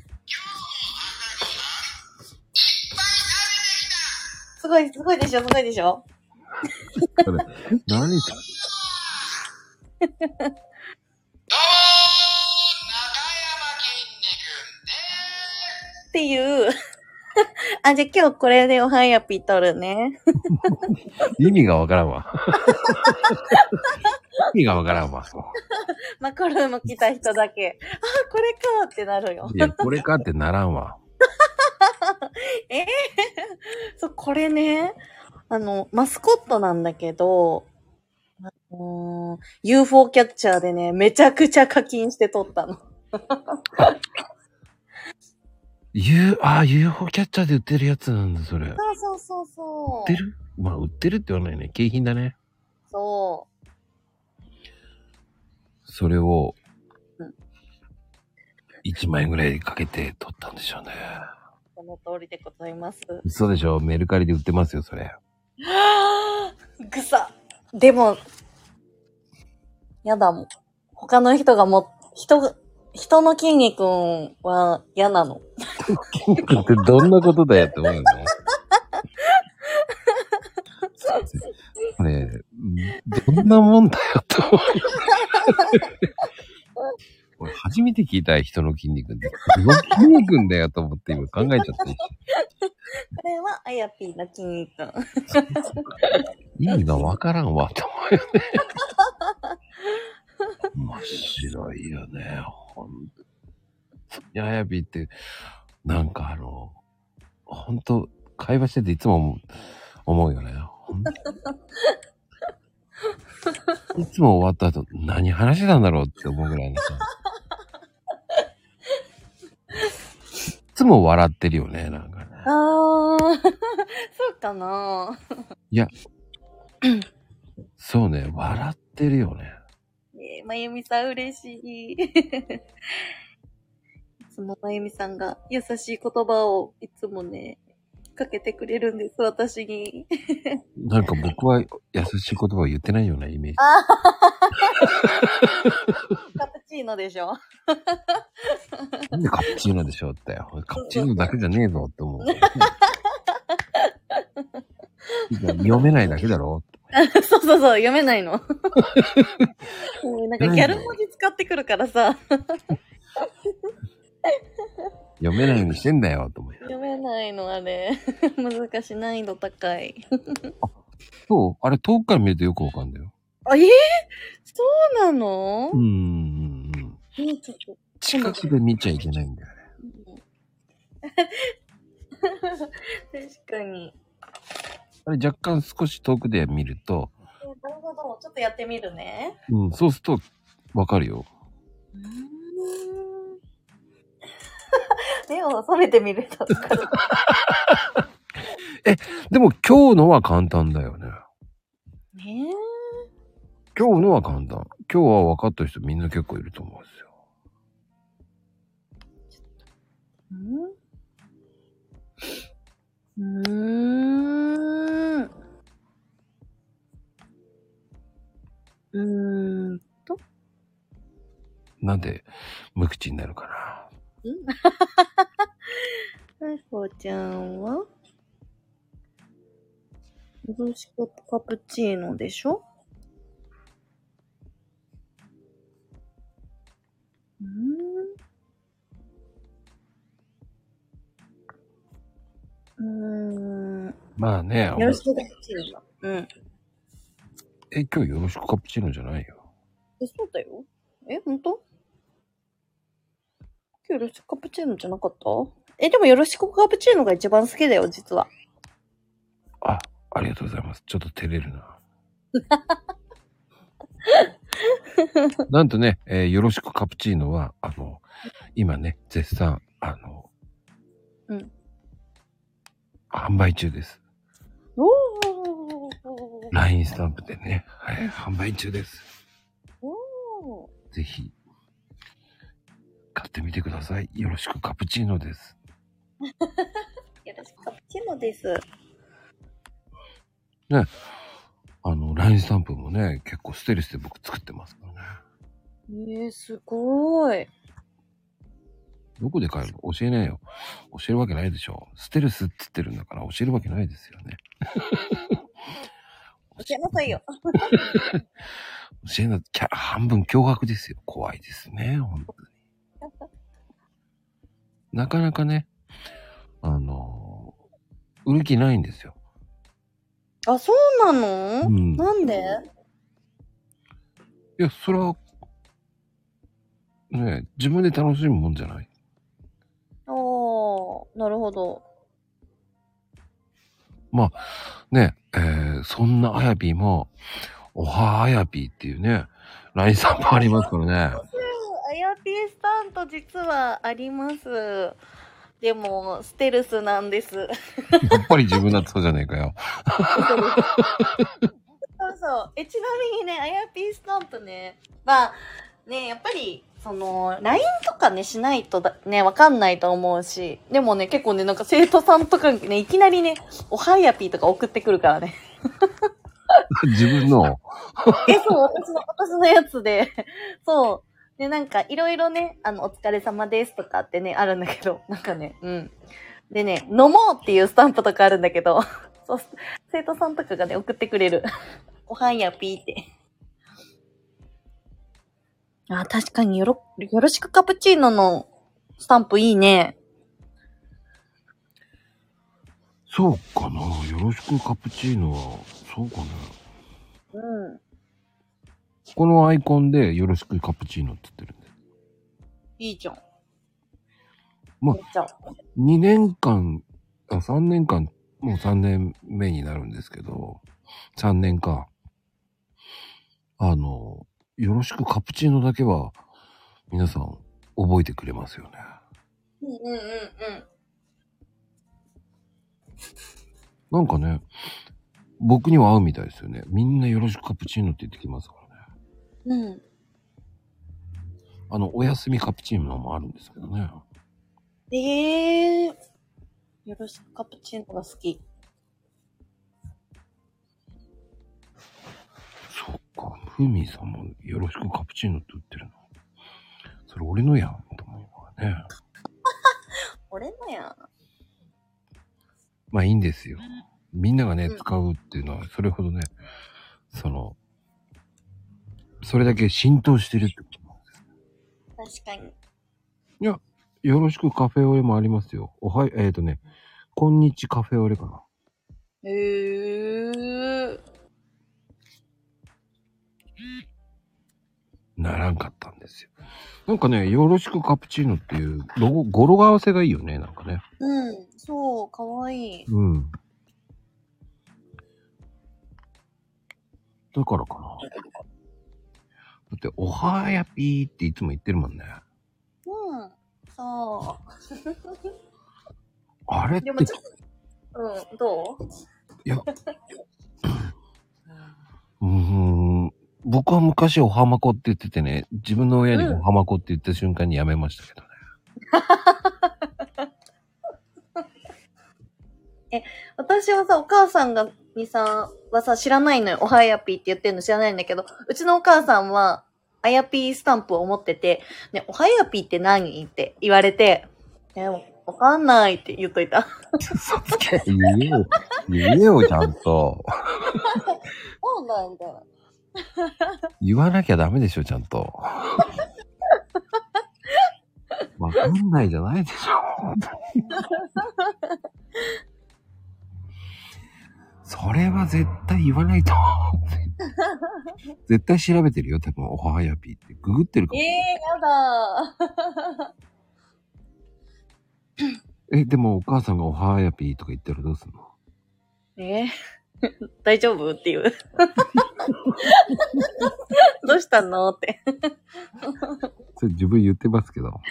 [SPEAKER 3] すごい、すごいでしょ、すごいでしょ。
[SPEAKER 1] 何か
[SPEAKER 5] 中山筋肉です。
[SPEAKER 3] っていう、 あ、じゃあ今日これでおはやぴとるね。
[SPEAKER 1] 意味がわからんわ。 意味がわからんわ。
[SPEAKER 3] マコルーム来た人だけ。あ、これかってなるよ。
[SPEAKER 1] いや、これかってならんわ。
[SPEAKER 3] えー、 そう、これね、あの、マスコットなんだけど、あのー UFO キャッチャーでね、めちゃくちゃ課金して撮 ったの。
[SPEAKER 1] U、ああ、UFO キャッチャーで売ってるやつなんだ、それ。売っ
[SPEAKER 3] そうそうそうそう。
[SPEAKER 1] てるまあ、売ってるって言わないね。景品だね。
[SPEAKER 3] そ
[SPEAKER 1] それを
[SPEAKER 3] うん、
[SPEAKER 1] 1万円ぐらいかけて取ったんでしょうね。
[SPEAKER 3] う。その通りでございます。
[SPEAKER 1] 嘘でしょメルカリで売ってますよ、それ。
[SPEAKER 3] はぁぐさ。でも、やだもん。他の人がも、人が、人の筋肉は嫌なの。
[SPEAKER 1] 筋肉ってどんなことだよって思うよね。 ねえ、どんなもんだよって思うよ。 俺初めて聞いた人の筋肉って、どの筋肉んだよと思って今考えちゃって。
[SPEAKER 3] これはあやぴーの 筋肉。
[SPEAKER 1] 意味がわからんわと思うよね。面白いよね、ほんと。あやびって、なんかあの、ほんと、会話してていつも思う思うよね。ほんといつも終わった後、何話してたんだろうって思うぐらいのさ。いつも笑ってるよね、なんかね。
[SPEAKER 3] あー、そうかない
[SPEAKER 1] や、そうね、笑ってるよね。
[SPEAKER 3] えー、まゆみさん嬉しい。 いつもまゆみさんが優しい言葉をいつもね、かけてくれるんです、私に。
[SPEAKER 1] なんか僕は優しい言葉を言ってないようなイメージ。
[SPEAKER 3] カプチーノでしょ
[SPEAKER 1] なんでカプチーノでしょうって。カプチーノだけじゃねえぞって思う。いや読めないだけだろって。
[SPEAKER 3] そうそうそう、読め ないの。もうなんかギャル文字使ってくるからさ、
[SPEAKER 1] 読めないようにしてんだよって思う。
[SPEAKER 3] 読めないのあれ。 難しい、難易度高い。
[SPEAKER 1] そうあれ遠くから見るとよくわかんだよ。
[SPEAKER 3] あ、えー、そうなの
[SPEAKER 1] うー、んうんうん。
[SPEAKER 3] えーちょっと
[SPEAKER 1] 近くで見ちゃいけないんだよね。
[SPEAKER 3] 確かに。
[SPEAKER 1] あれ若干少し遠くで見ると、
[SPEAKER 3] えーなるほど、ちょっとやってみるね。
[SPEAKER 1] うん、そうするとわかるよ。
[SPEAKER 3] うーん 目を覚めてみると分かる。
[SPEAKER 1] でも今日のは簡単だよね。
[SPEAKER 3] ね
[SPEAKER 1] 今日のは簡単。今日は分かった人みんな結構いると思うんですよ。
[SPEAKER 3] え。うんうーん。うーん。
[SPEAKER 1] なんで無口になるかな。
[SPEAKER 3] サイコちゃんはブルーシコカプチーノでしょうーん。うーん。
[SPEAKER 1] まあね、
[SPEAKER 3] よろしくカプチーノだ。うん。
[SPEAKER 1] え、今日よろしくカプチーノじゃないよ。
[SPEAKER 3] え、そうだよ。え、ほんと今日よろしくカプチーノじゃなかったえ、でもよろしくカプチーノが一番好きだよ、実は。
[SPEAKER 1] あ、ありがとうございます。ちょっと照れる な。なんとね、えーよろしくカプチーノは、あの、今ね、絶賛、あの、
[SPEAKER 3] うん
[SPEAKER 1] 販売中です。
[SPEAKER 3] おー
[SPEAKER 1] LINE スタンプでね、はい、販売中です。
[SPEAKER 3] おー
[SPEAKER 1] ぜひ、買ってみてください。よろしくカプチーノです。
[SPEAKER 3] よろしくカプチーノです。
[SPEAKER 1] あの、LINE スタンプもね、結構ステルスで僕作ってますからね。
[SPEAKER 3] えー、すごい。
[SPEAKER 1] どこで買えるの教えないよ。教えるわけないでしょ。ステルスって言ってるんだから教えるわけないですよね。
[SPEAKER 3] 教えなさいよ。
[SPEAKER 1] 教えな、きゃ半分驚愕ですよ。怖いですね。本当に。なかなかね、あの売る気ないんですよ。
[SPEAKER 3] あ、そうなの、
[SPEAKER 1] うん
[SPEAKER 3] なんで
[SPEAKER 1] いや、それは、ねえ自分で楽しむもんじゃない。
[SPEAKER 3] ああ、なるほど。
[SPEAKER 1] ねえ、えーそんなあやぴーも、おはあやぴーっていうね、ラインさんもありますからね。
[SPEAKER 3] あやぴースタント実はあります。でも、ステルスなんです。
[SPEAKER 1] やっぱり自分だってそうじゃねえかよ。
[SPEAKER 3] そうそう。え、ちなみにね、あやぴースタンプね、まあ、ね、やっぱり、その、LINE とかね、しないとだね、わかんないと思うし、でもね、結構ね、なんか生徒さんとかね、いきなりね、おはやぴーとか送ってくるからね。
[SPEAKER 1] 自分の、
[SPEAKER 3] え、そう、私の、私のやつで、 そう。で、なんか、いろいろね、あの、お疲れ様ですとかってね、あるんだけど、 なんかね、うん。でね、飲もうっていうスタンプとかあるんだけど、 そう、生徒さんとかがね、送ってくれる。 おはんやぴーって。あ、確かによろ、よろしくカプチーノのスタンプいいね。
[SPEAKER 1] そうかな。よろしくカプチーノは、そうかな。
[SPEAKER 3] うん。
[SPEAKER 1] このアイコンでよろしくカプチーノって言ってるんで。
[SPEAKER 3] いいじゃん。
[SPEAKER 1] ま
[SPEAKER 3] めっちゃ。
[SPEAKER 1] 2年間、あ、3年間、もう3年目になるんですけど、3年か。あの、よろしくカプチーノだけは、皆さん覚えてくれますよね。
[SPEAKER 3] うんうんうんうん。
[SPEAKER 1] なんかね、僕には合うみたいですよね。みんなよろしくカプチーノって言ってきますからね。
[SPEAKER 3] うん。
[SPEAKER 1] あの、お休みカプチーノもあるんですけどね。
[SPEAKER 3] ええよろしくカプチーノが好き。
[SPEAKER 1] そっか、ふみさんもよろしくカプチーノって売ってるの。それ俺のやん、と思うからね。
[SPEAKER 3] 俺のやん。
[SPEAKER 1] まあいいんですよ。みんながね、
[SPEAKER 3] うん
[SPEAKER 1] 使うっていうのは、それほどね、その、それだけ浸透してるってことなんです
[SPEAKER 3] 確かに。
[SPEAKER 1] よ。よろしくカフェオレもありますよ。おはよえっ、とね、こんにちカフェオレかな。
[SPEAKER 3] えー。
[SPEAKER 1] ならんかったんですよ。なんかね、よろしくカプチーノっていう、ロゴ、語呂合わせがいいよね、なんかね。
[SPEAKER 3] うん、そう、かわいい。
[SPEAKER 1] うん。だからかな。だって、おはやぴーっていつも言ってるもんね。
[SPEAKER 3] うん、そ
[SPEAKER 1] あれっ
[SPEAKER 3] う。
[SPEAKER 1] て
[SPEAKER 3] でもちょっと、うん、どう
[SPEAKER 1] うーん僕は昔おはまこって言っててね、自分の親におはまこって言った瞬間にやめましたけ どね。
[SPEAKER 3] 私はさ、お母さんが、にさ、はさ、知らないのよ。おはやぴーって言ってるの知らないんだけど、うちのお母さんは、あやぴースタンプを持ってて、ね、おはやぴーって何って言われて、え、わかんないって言っといた。
[SPEAKER 1] 嘘つけ。言えよ。言えよ、ちゃんと。
[SPEAKER 3] そうなんだよ。
[SPEAKER 1] 言わなきゃダメでしょ、ちゃんと。わかんないじゃないでしょ。それは絶対言わないと思う。絶対調べてるよ、多分、おはやぴーって。ググってるか
[SPEAKER 3] え
[SPEAKER 1] も
[SPEAKER 3] えやだ
[SPEAKER 1] え、でもお母さんがおはやぴーとか言ったらどうすんの
[SPEAKER 3] え大丈夫っていう。 どうしたのって。
[SPEAKER 1] それ自分言ってますけど。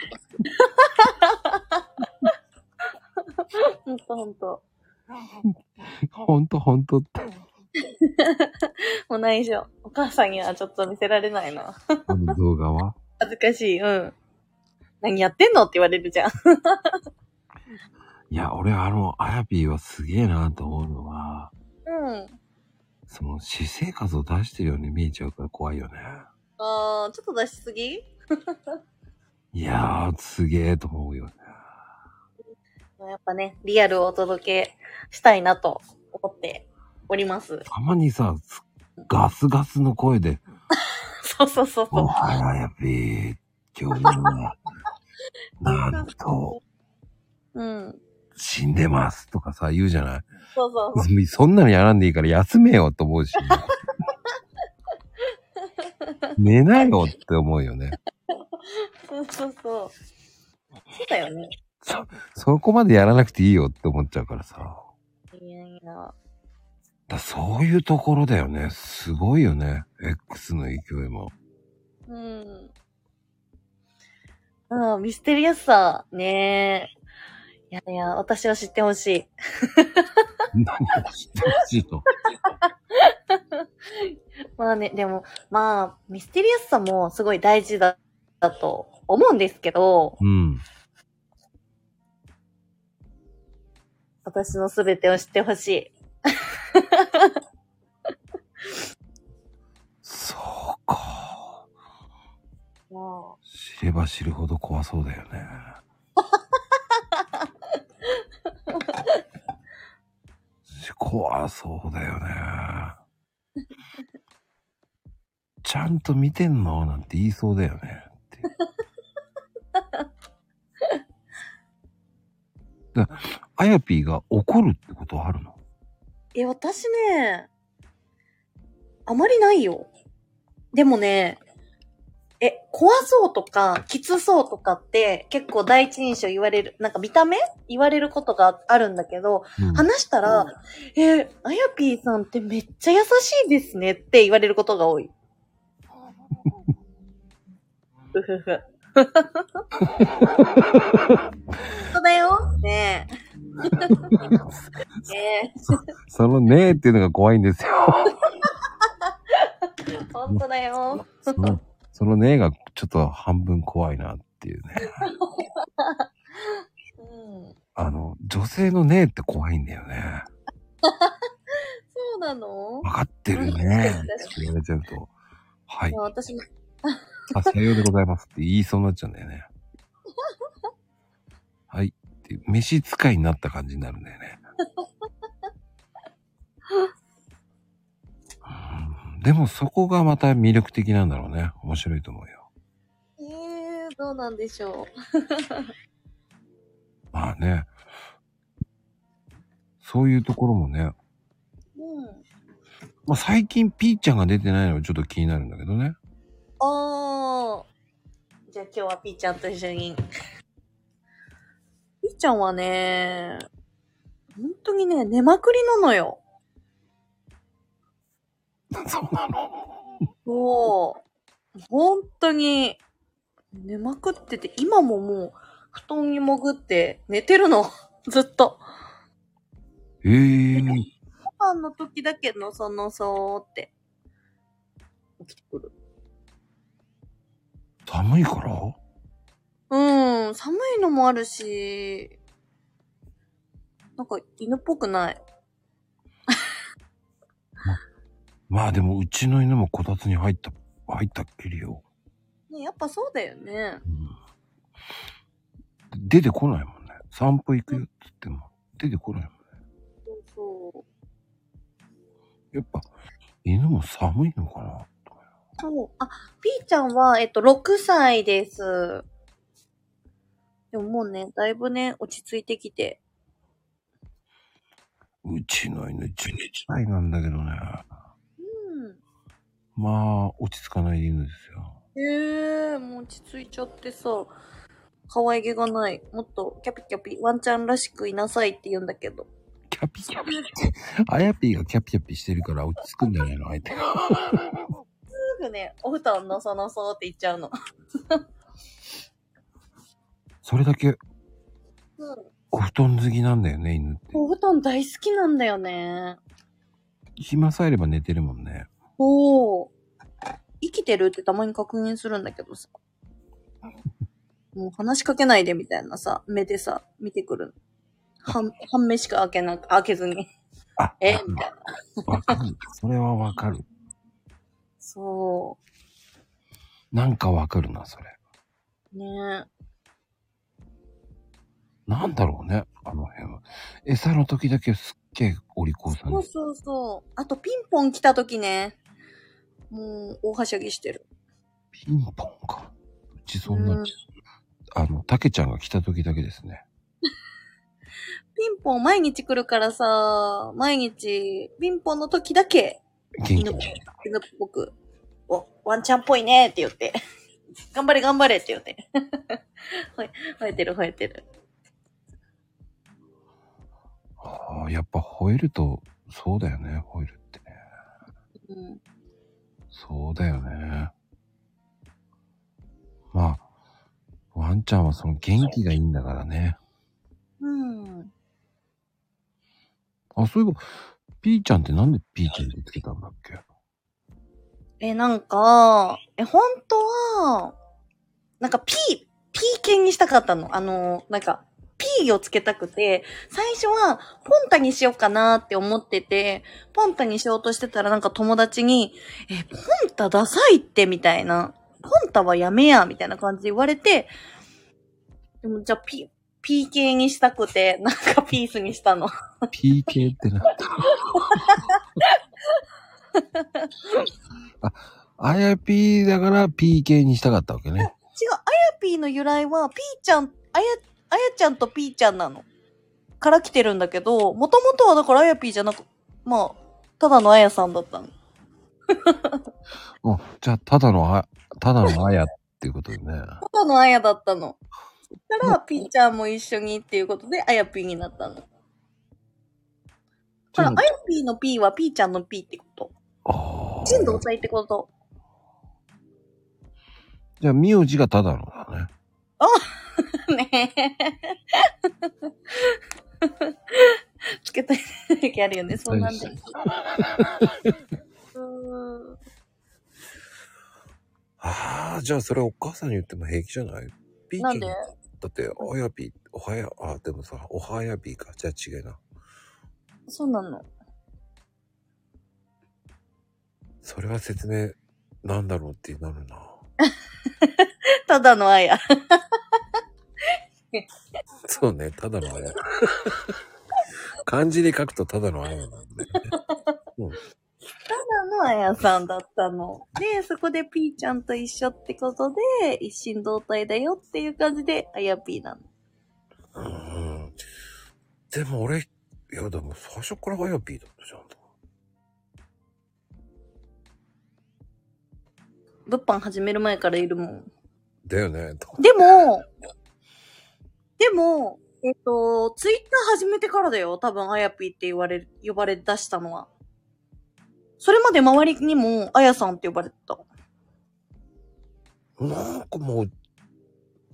[SPEAKER 3] ほんとほんと。
[SPEAKER 1] ほんとほんとって。
[SPEAKER 3] もう内緒。お母さんにはちょっと見せられないな。
[SPEAKER 1] あの動画は。
[SPEAKER 3] 恥ずかしい。うん。何やってんのって言われるじゃん。
[SPEAKER 1] いや、俺あの、あやぴーはすげえなと思うのは、
[SPEAKER 3] うん。
[SPEAKER 1] その、私生活を出してるように見えちゃうから怖いよね。
[SPEAKER 3] あー、ちょっと出しすぎ
[SPEAKER 1] いやー、すげえと思うよね。
[SPEAKER 3] やっぱね、リアルをお届けしたいなと思っております。
[SPEAKER 1] たまにさ、すガスガスの声で、
[SPEAKER 3] そうそうそう
[SPEAKER 1] お
[SPEAKER 3] そう。
[SPEAKER 1] はようあやぴー、今日は、なんと、
[SPEAKER 3] うん。
[SPEAKER 1] 死んでますとかさ、言うじゃない
[SPEAKER 4] そうそう。
[SPEAKER 1] そんなのやらんでいいから休めよと思うし。寝なよって思うよね。
[SPEAKER 3] そうそうそう。そうだよね。
[SPEAKER 1] そこまでやらなくていいよって思っちゃうからさ。だか
[SPEAKER 3] いやいや。
[SPEAKER 1] らそういうところだよね。すごいよね。X の勢いも。
[SPEAKER 3] うん。うん、ミステリアスさ、ねえ。いやいや、私は知ってほし
[SPEAKER 1] 何を知ってほしいと。
[SPEAKER 3] い。まあね、でも、まあ、ミステリアスさもすごい大事だ、だと思うんですけど、
[SPEAKER 1] うん。
[SPEAKER 3] 私の全てを知ってほしい。
[SPEAKER 1] そうか。
[SPEAKER 3] も
[SPEAKER 1] 知れば知るほど怖そうだよね。 怖そうだよね。ちゃんと見てんのなんて言いそうだよねっていう。だあやぴーが怒るってことはあるの
[SPEAKER 3] うえ、私ね、あまりないよ。でもね、え、怖そうとか、きつそうとかって、結構第一印象言われる、なんか見た目言われることがあるんだけど、
[SPEAKER 1] うん
[SPEAKER 3] 話したら、えーあやぴーさんってめっちゃ優しいですねって言われることが多い。うふふ。本当だよ。ねえ。ね
[SPEAKER 1] そのねーっていうのが怖いんですよ。
[SPEAKER 3] え。本当だよ。
[SPEAKER 1] そのそのねーがちょっと半分怖いなって いうね。
[SPEAKER 3] うん。
[SPEAKER 1] あの、女性のねーって怖いんだよね。
[SPEAKER 3] そうなの
[SPEAKER 1] わかってるね。って言われちゃうと、はい
[SPEAKER 3] いや、私も、
[SPEAKER 1] あ、さようでございますって言いそうになっちゃうんだよね。はい。って、飯使いになった感じになるんだよね。うんでもそこがまた魅力的なんだろうね。面白いと思うよ。
[SPEAKER 3] えー、どうなんでしょ
[SPEAKER 1] まあね。そういうところもね。
[SPEAKER 3] う。うん。
[SPEAKER 1] まあ最近ピーちゃんが出てないのはちょっと気になるんだけどね。
[SPEAKER 3] あー。じゃあ今日はピーちゃんと一緒に。ピーちゃんはね、本当にね、寝まくりなのよ。
[SPEAKER 1] そうなの
[SPEAKER 3] そう。本当に、寝まくってて、今ももう、布団に潜って寝てるの。ずっと。
[SPEAKER 1] ええー。
[SPEAKER 3] ご飯の時だけのそのそーって。起きてくる。
[SPEAKER 1] 寒いから
[SPEAKER 3] うん、寒いのもあるし、なんか犬っぽくない。
[SPEAKER 1] まあでもうちの犬もこたつに入った、入ったっきりよ。
[SPEAKER 3] ね、やっぱそうだよね。
[SPEAKER 1] うん、出てこないもんね。散歩行くよって言っても、出てこないもんね。
[SPEAKER 3] そうそう。
[SPEAKER 1] やっぱ、犬も寒いのかな
[SPEAKER 3] そう。あ、ピーちゃんは、えっと、6歳です。でももうね、だいぶね、落ち着いてきて。
[SPEAKER 1] うちの犬11歳なんだけどね。
[SPEAKER 3] うん。
[SPEAKER 1] まあ、落ち着かない犬ですよ。
[SPEAKER 3] へえー、もう落ち着いちゃってさ、可愛げがない。もっとキャピキャピ、ワンちゃんらしくいなさいって言うんだけど。
[SPEAKER 1] キャピキャ ピ。あやぴーがキャピキャピしてるから落ち着くんじゃないの相手が。
[SPEAKER 3] すぐね、お布団のそのそうって言っちゃうの。
[SPEAKER 1] それだけ
[SPEAKER 3] うん。
[SPEAKER 1] お布団好きなんだよね、犬って。
[SPEAKER 3] お布団大好きなんだよね。
[SPEAKER 1] 暇さえあれば寝てるもんね。
[SPEAKER 3] おお。生きてるってたまに確認するんだけどさ。もう話しかけないでみたいなさ、目でさ、見てくるの。半、半目しか開けなく、開けずに。
[SPEAKER 1] あ、
[SPEAKER 3] え
[SPEAKER 1] わかるわかる。それはわかる。
[SPEAKER 3] そ
[SPEAKER 1] なんかわかるな、それ。
[SPEAKER 3] う。ね
[SPEAKER 1] なんだろうね、あの辺は。餌の時だけすっげえお利口さん
[SPEAKER 3] そう
[SPEAKER 1] です。
[SPEAKER 3] そうそう。あとピンポン来た時ね。もう、大はしゃぎしてる。
[SPEAKER 1] ピンポンか。うちそんな、
[SPEAKER 3] うん
[SPEAKER 1] あの、たけちゃんが来た時だけですね。
[SPEAKER 3] ピンポン毎日来るからさ、毎日、ピンポンの時だけ、
[SPEAKER 1] 元気
[SPEAKER 3] 犬っぽく、犬っぽく、お、ワンちゃんっぽいねって言って、頑張れ頑張れって言って。 ほえ、吠えてる吠えてる。
[SPEAKER 1] ああ、やっぱ吠えると、そうだよね、吠えるってね。
[SPEAKER 3] うん。
[SPEAKER 1] そうだよね。まあ、ワンちゃんはその元気がいいんだからね。
[SPEAKER 3] うん。
[SPEAKER 1] あ、そういえば、ピーちゃんってなんでピーちゃんってつけたんだっけ
[SPEAKER 3] え、なんか、え、本当は、なんか P、P 犬にしたかったの。あの、なんか、P をつけたくて、最初は、ポンタにしようかなって思ってて、ポンタにしようとしてたらなんか友達に、え、ポンタダサいって、みたいな。ポンタはやめや、みたいな感じで言われて、でもじゃあ P、P 系にしたくて、なんかピースにしたの。
[SPEAKER 1] PK ってな った。あ、あやぴーだから PK にしたかったわけね。
[SPEAKER 3] 違う、あやぴーの由来は、ピーちゃん、あや、あやちゃんとピーちゃんなの。から来てるんだけど、もともとはだからあやぴーじゃなく、まあ、ただのあやさんだったの。
[SPEAKER 1] うん。じゃあ、ただのあ、ただのあやっていうことでね。
[SPEAKER 3] ただのあやだったの。そしたら、ピーちゃんも一緒にっていうことで、あやぴーになったの。ほら、あやぴーのピーはピーちゃんのピーってこと。
[SPEAKER 1] ああ。
[SPEAKER 3] 人同体ってこと。
[SPEAKER 1] じゃあ、名字がただのだね。
[SPEAKER 3] ね え。つけたい時あるよね、そうなんだよ。 うーん
[SPEAKER 1] ああ、じゃあそれお母さんに言っても平気じゃないピー
[SPEAKER 3] なんで
[SPEAKER 1] だって、おやぴー、おはや、あ、でもさ、おはやぴーか。じゃあ違うな。
[SPEAKER 3] そうなの。
[SPEAKER 1] それは説明、なんだろうってなるな。
[SPEAKER 3] ただのあや。
[SPEAKER 1] そうね、ただのあや。漢字で書くとただのあやなんで。
[SPEAKER 3] ただのあやさんだったの。で、そこでピーちゃんと一緒ってことで、一心同体だよっていう感じで、あやピーなの。
[SPEAKER 1] うん。でも俺、いやでも最初からあやぴーだったじゃん。
[SPEAKER 3] 物販始める前からいるもん。
[SPEAKER 1] だよね。
[SPEAKER 3] でも、でも、えっと、ツイッター始めてからだよ。多分、あやぴーって言われ、呼ばれ出したのは。それまで周りにも、あやさんって呼ばれてた。
[SPEAKER 1] なんかもう、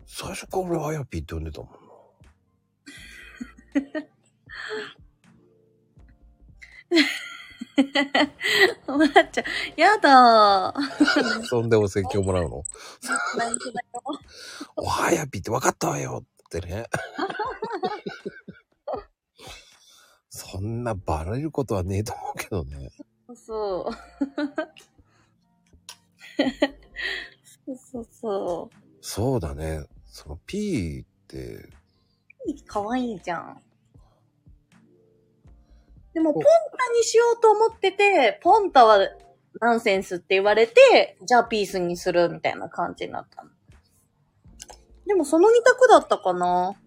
[SPEAKER 1] 最初から俺あやぴーって呼んでたもんな。
[SPEAKER 3] わっちゃん、 やだ ー。
[SPEAKER 1] そんでお説教もらうのおはやぴって分かったわよってね。そんなバレることはねえと思うけどね。
[SPEAKER 3] そうそう。そうそうそ
[SPEAKER 1] そうだね。その P って、
[SPEAKER 3] う。いいかわいいじゃん。でも、ポンタにしようと思ってて、ポンタはナンセンスって言われて、じゃあピースにするみたいな感じになったの。でも、その二択だったかな。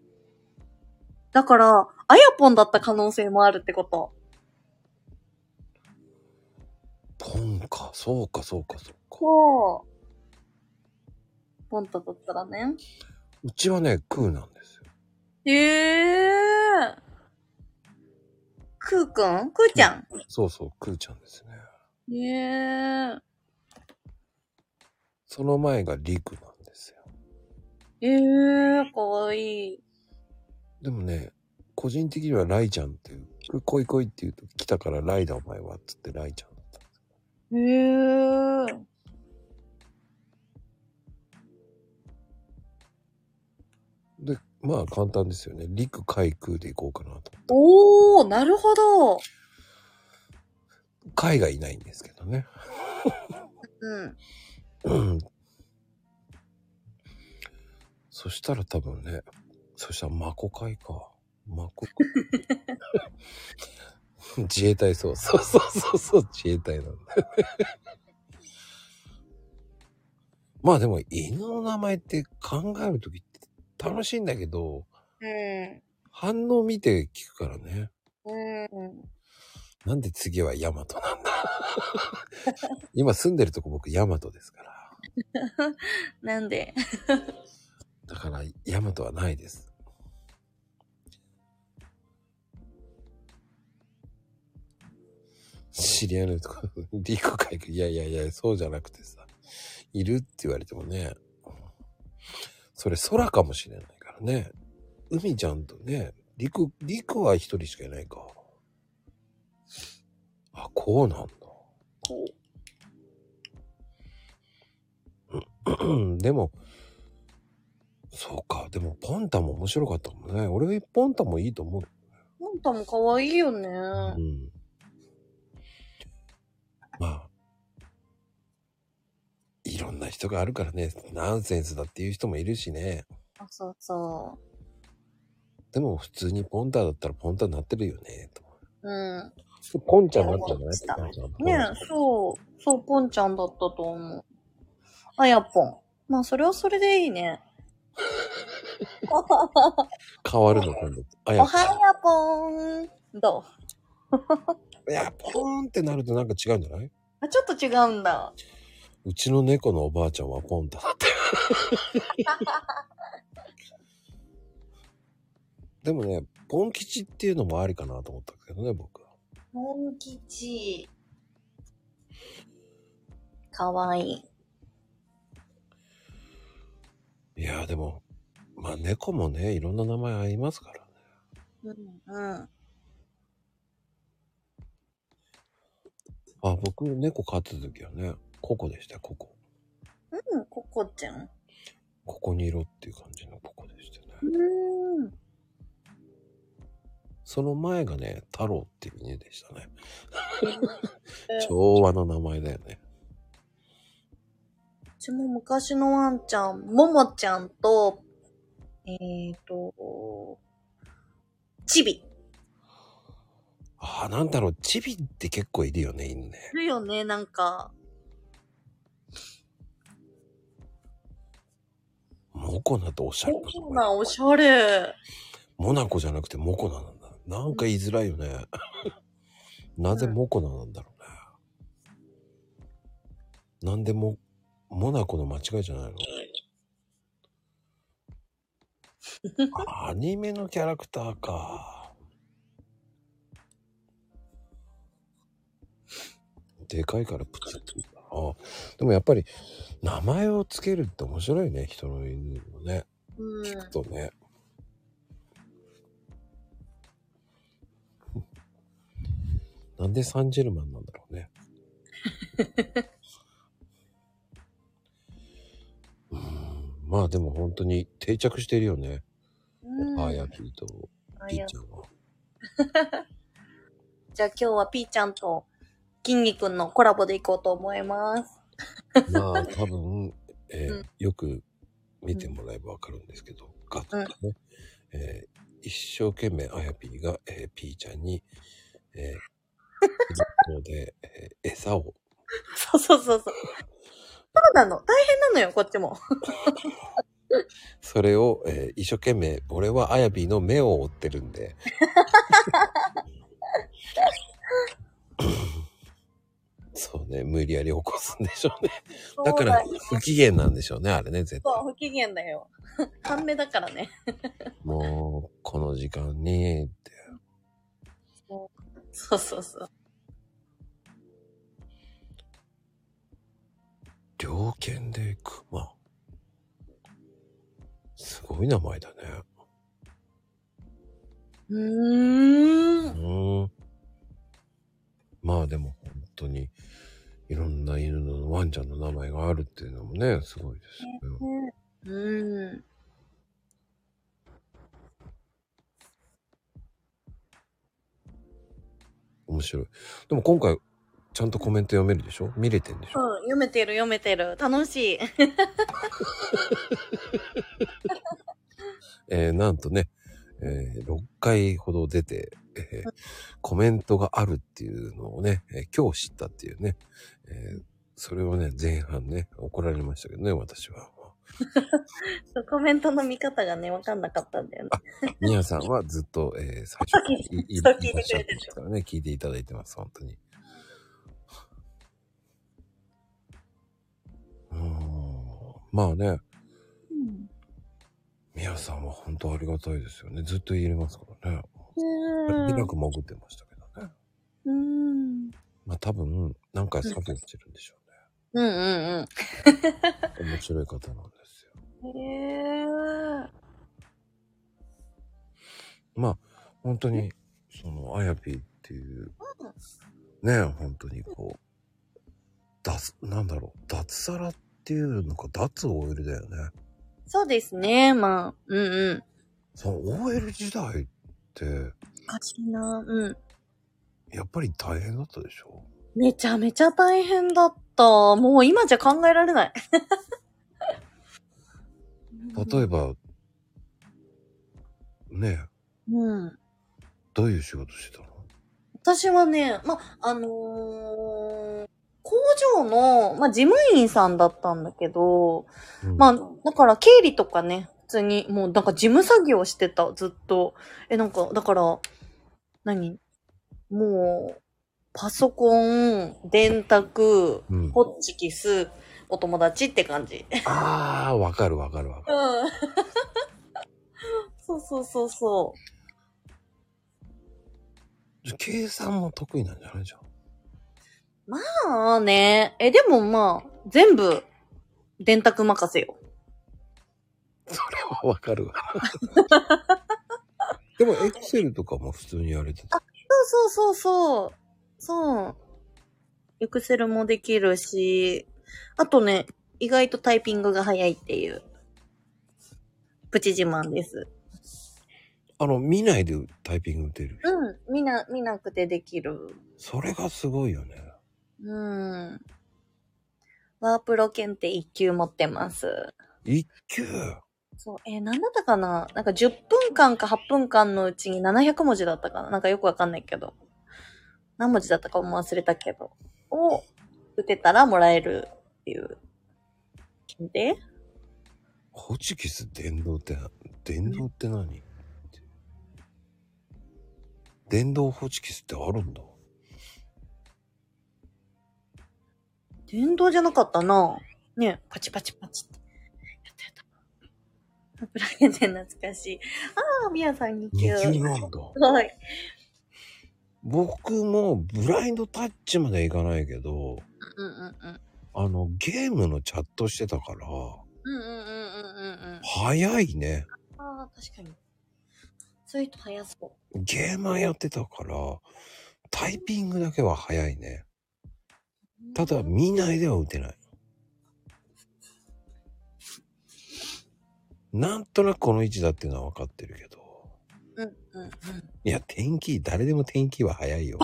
[SPEAKER 3] だから、あやぽんだった可能性もあるってこと。
[SPEAKER 1] ポンか。そうか、そうか、そうか。
[SPEAKER 3] そう。ポンタだったらね。
[SPEAKER 1] うちはね、クーなんですよ。
[SPEAKER 3] ええー。くーくんくーちゃん。
[SPEAKER 1] そうそう、クーちゃんですね。
[SPEAKER 3] ええー。
[SPEAKER 1] その前がリクなんですよ。
[SPEAKER 3] ええー、かわいい。
[SPEAKER 1] でもね、個人的にはライちゃんっていう、こいこいって言うと来たからライだお前はっつってライちゃんだった。
[SPEAKER 3] ええー。
[SPEAKER 1] で、まあ簡単ですよね。陸海空で行こうかなと。
[SPEAKER 3] おー、なるほど。
[SPEAKER 1] 海がいないんですけどね。
[SPEAKER 3] うん。
[SPEAKER 1] うんそしたら多分ね、そしたらマコ海か。マコ 海。自衛隊そうそうそうそうそう、自衛隊なんだよね。まあでも犬の名前って考えるときって楽しいんだけど、
[SPEAKER 3] う
[SPEAKER 1] 反応見て聞くからね。
[SPEAKER 3] うん。
[SPEAKER 1] なんで次はヤマトなんだ今住んでるとこ僕ヤマトですから。
[SPEAKER 3] なんで
[SPEAKER 1] だからヤマトはないです。知り合いのとこ、リコか行く。いやいやいや、そうじゃなくてさ。いるって言われてもね。それ空かもしれないからね。海ちゃんとね、リク、リクは一人しかいないか。あ、こうなんだ。うんでも、そうか。でも、ポンタも面白かったもんね。俺、ポンタもいいと思う。
[SPEAKER 3] ポンタも可愛いよね。
[SPEAKER 1] うん。まあ、いろんな人があるからね、ナンセンスだっていう人もいるしね。
[SPEAKER 3] あ、そうそ
[SPEAKER 1] でも、普通にポンタだったらポンタになってるよね、と。
[SPEAKER 3] う。うん。
[SPEAKER 1] ポンちゃんになったんじゃない
[SPEAKER 3] そう
[SPEAKER 1] ポンちゃん
[SPEAKER 3] ねえ、そう、そう、ポンちゃんだったと思う。あやぽん。まあ、それはそれでいいね。
[SPEAKER 1] 変わるの、今度。あ
[SPEAKER 3] お
[SPEAKER 1] や、
[SPEAKER 3] はやぽん。どう
[SPEAKER 1] いや、ポンってなるとなんか違うんじゃない
[SPEAKER 3] あ、ちょっと違うんだ。
[SPEAKER 1] うちの猫のおばあちゃんはポンタだったよ。でもね、ポン吉っていうのもありかなと思ったけどね、僕は。
[SPEAKER 3] ポン吉。かわいい。
[SPEAKER 1] いやーでも、まあ猫もね、いろんな名前ありますからね。
[SPEAKER 3] うん、うん。
[SPEAKER 1] あ、僕、猫飼ってた時はね、ココでしたよ、ココ。
[SPEAKER 3] うん、ココちゃん。
[SPEAKER 1] ここにいろっていう感じのココでしたね。
[SPEAKER 3] うん。
[SPEAKER 1] その前がね、太郎っていう犬でしたね。
[SPEAKER 3] え
[SPEAKER 1] 昭和の名前だよね。
[SPEAKER 3] うちも昔のワンちゃん、ももちゃんと、えっ、ー、と、チビ。
[SPEAKER 1] ああ、なんだろう、チビって結構いるよね、犬ね。
[SPEAKER 3] いるよね、なんか。
[SPEAKER 1] モコナっておしゃれ
[SPEAKER 3] 大
[SPEAKER 1] な
[SPEAKER 3] き
[SPEAKER 1] 名前
[SPEAKER 3] なおしゃれ。
[SPEAKER 1] モナコじゃなくてモコナなんだ。なんか言いづらいよね。なぜモコナなんだろうね。なんでも、モナコの間違いじゃないのアニメのキャラクターか。でかいからプツッと。あでもやっぱり名前をつけるって面白いね、人の犬のね。
[SPEAKER 3] うん。
[SPEAKER 1] 聞くとね。 なんでサンジェルマンなんだろう ね。うーんまあでも本当に定着してるよね。
[SPEAKER 3] うん
[SPEAKER 1] あやきーと
[SPEAKER 3] あ
[SPEAKER 1] ピー
[SPEAKER 3] や
[SPEAKER 1] ちゃんは。
[SPEAKER 3] じゃあ今日はピーちゃんと、筋肉のコラボでいこうと思います。
[SPEAKER 1] まあ多分、えー
[SPEAKER 3] うん
[SPEAKER 1] よく見てもらえばわかるんですけど、ガッとね、えー一生懸命あやぴーが、えー、ピーちゃんに、えー、ので、えー餌を
[SPEAKER 3] そうそうそうそう。そうなの。大変なのよ、こっちも。
[SPEAKER 1] それを、えー一生懸命、俺はあやびの目を追ってるん で。そうね、無理やり起こすんでしょうね。だから
[SPEAKER 3] そうよ、
[SPEAKER 1] 不機嫌なんでしょうね、あれね、絶対。
[SPEAKER 3] そう不機嫌だよ。 半目だからね。
[SPEAKER 1] もう、この時間に、って。
[SPEAKER 3] そうそうそう。
[SPEAKER 1] 猟犬で熊。すごい名前だね。
[SPEAKER 3] うー。
[SPEAKER 1] うんーん。まあでも、本当に、いろんな犬のワンちゃんの名前があるっていうのもね、すごいですよね。
[SPEAKER 3] うん。
[SPEAKER 1] 面白い。でも今回、ちゃんとコメント読めるでしょ見れてんでしょ、
[SPEAKER 3] うん、読めてる読めてる。楽しい。
[SPEAKER 1] えーなんとね、え6回ほど出て、えーコメントがあるっていうのをね、えー今日知ったっていうね、えーそれをね、前半ね、怒られましたけどね、私は。
[SPEAKER 3] そうコメントの見方がね、わかんなかったんだよね。
[SPEAKER 1] みやさんはずっと、えー、最初からいいい
[SPEAKER 4] そう聞いてくれてる
[SPEAKER 1] いらっしゃってますからね、聞いていただいてます、本当に。うーん。まあね、みやさんは本当ありがたいですよね。ずっと言えますからね。
[SPEAKER 3] うん。
[SPEAKER 1] 見なく潜ってましたけどね。
[SPEAKER 3] うん。
[SPEAKER 1] まあ多分、何回作業してるんでしょ
[SPEAKER 3] うんうんうん。
[SPEAKER 1] うね。面白い方なんですよ。
[SPEAKER 3] へえー。
[SPEAKER 1] まあ、本当に、その、あやぴーっていう、ねえ、本当にこう、脱、なんだろう、脱サラっていうのか、脱 OL だよね。
[SPEAKER 3] そうですね、まあ。うんうん。
[SPEAKER 1] その OL 時代って、
[SPEAKER 3] おかしいな。うん。
[SPEAKER 1] やっぱり大変だったでしょ
[SPEAKER 3] めちゃめちゃ大変だった。もう今じゃ考えられない。
[SPEAKER 1] 例えば、ねえ、
[SPEAKER 3] うん。
[SPEAKER 1] どういう仕事してたの
[SPEAKER 3] 私はね、ま、あのー工場の、ま、事務員さんだったんだけど、
[SPEAKER 1] うん
[SPEAKER 3] まあ、だから経理とかね、普通に、もうなんか事務作業してた、ずっと。え、なんか、だから、何もう、パソコン、電卓、
[SPEAKER 1] うん、
[SPEAKER 3] ホッチキス、お友達って感じ。
[SPEAKER 1] ああ、わかるわかるわかる。
[SPEAKER 3] うん。そうそうそうそ
[SPEAKER 1] じゃあ計算も得意なんじゃないじゃん。
[SPEAKER 3] う。まあね、え、でもまあ、全部、電卓任せよ。
[SPEAKER 1] それはわかる わ。でも、エクセルとかも普通にやれてた。
[SPEAKER 3] そうそうそうそう。そう。エクセルもできるし、あとね、意外とタイピングが早いっていう、プチ自慢です。
[SPEAKER 1] あの、見ないでタイピング打てる。
[SPEAKER 3] うん、見な、見なくてできる。
[SPEAKER 1] それがすごいよね。
[SPEAKER 3] うん。ワープロ検定1級持ってます。
[SPEAKER 1] 一級
[SPEAKER 3] そう、えー、なんだったかななんか10分間か8分間のうちに700文字だったかななんかよくわかんないけど。何文字だったかも忘れたけど。を打てたらもらえるっていう。で、
[SPEAKER 1] ホチキス電動ってな、電動って何電動ホチキスってあるんだ。
[SPEAKER 3] 電動じゃなかったなねパチパチパチって。やったやった。アプラゲテ懐かしい。あー、みやさん2
[SPEAKER 1] 二級
[SPEAKER 3] 級。
[SPEAKER 1] なんだ。
[SPEAKER 3] はい。
[SPEAKER 1] 僕もブラインドタッチまではいかないけど、
[SPEAKER 3] うんうんうん。
[SPEAKER 1] あの、ゲームのチャットしてたから、
[SPEAKER 3] うんうんうんうんうんうん。
[SPEAKER 1] 早いね。
[SPEAKER 3] あー、確かに。そういう人早そう。
[SPEAKER 1] ゲーマーやってたから、タイピングだけは早いね。ただ、見ないでは打てない。なんとなくこの位置だっていうのは分かってるけど。
[SPEAKER 3] うんうんうん。
[SPEAKER 1] いや、天気、誰でも天気は早いよ。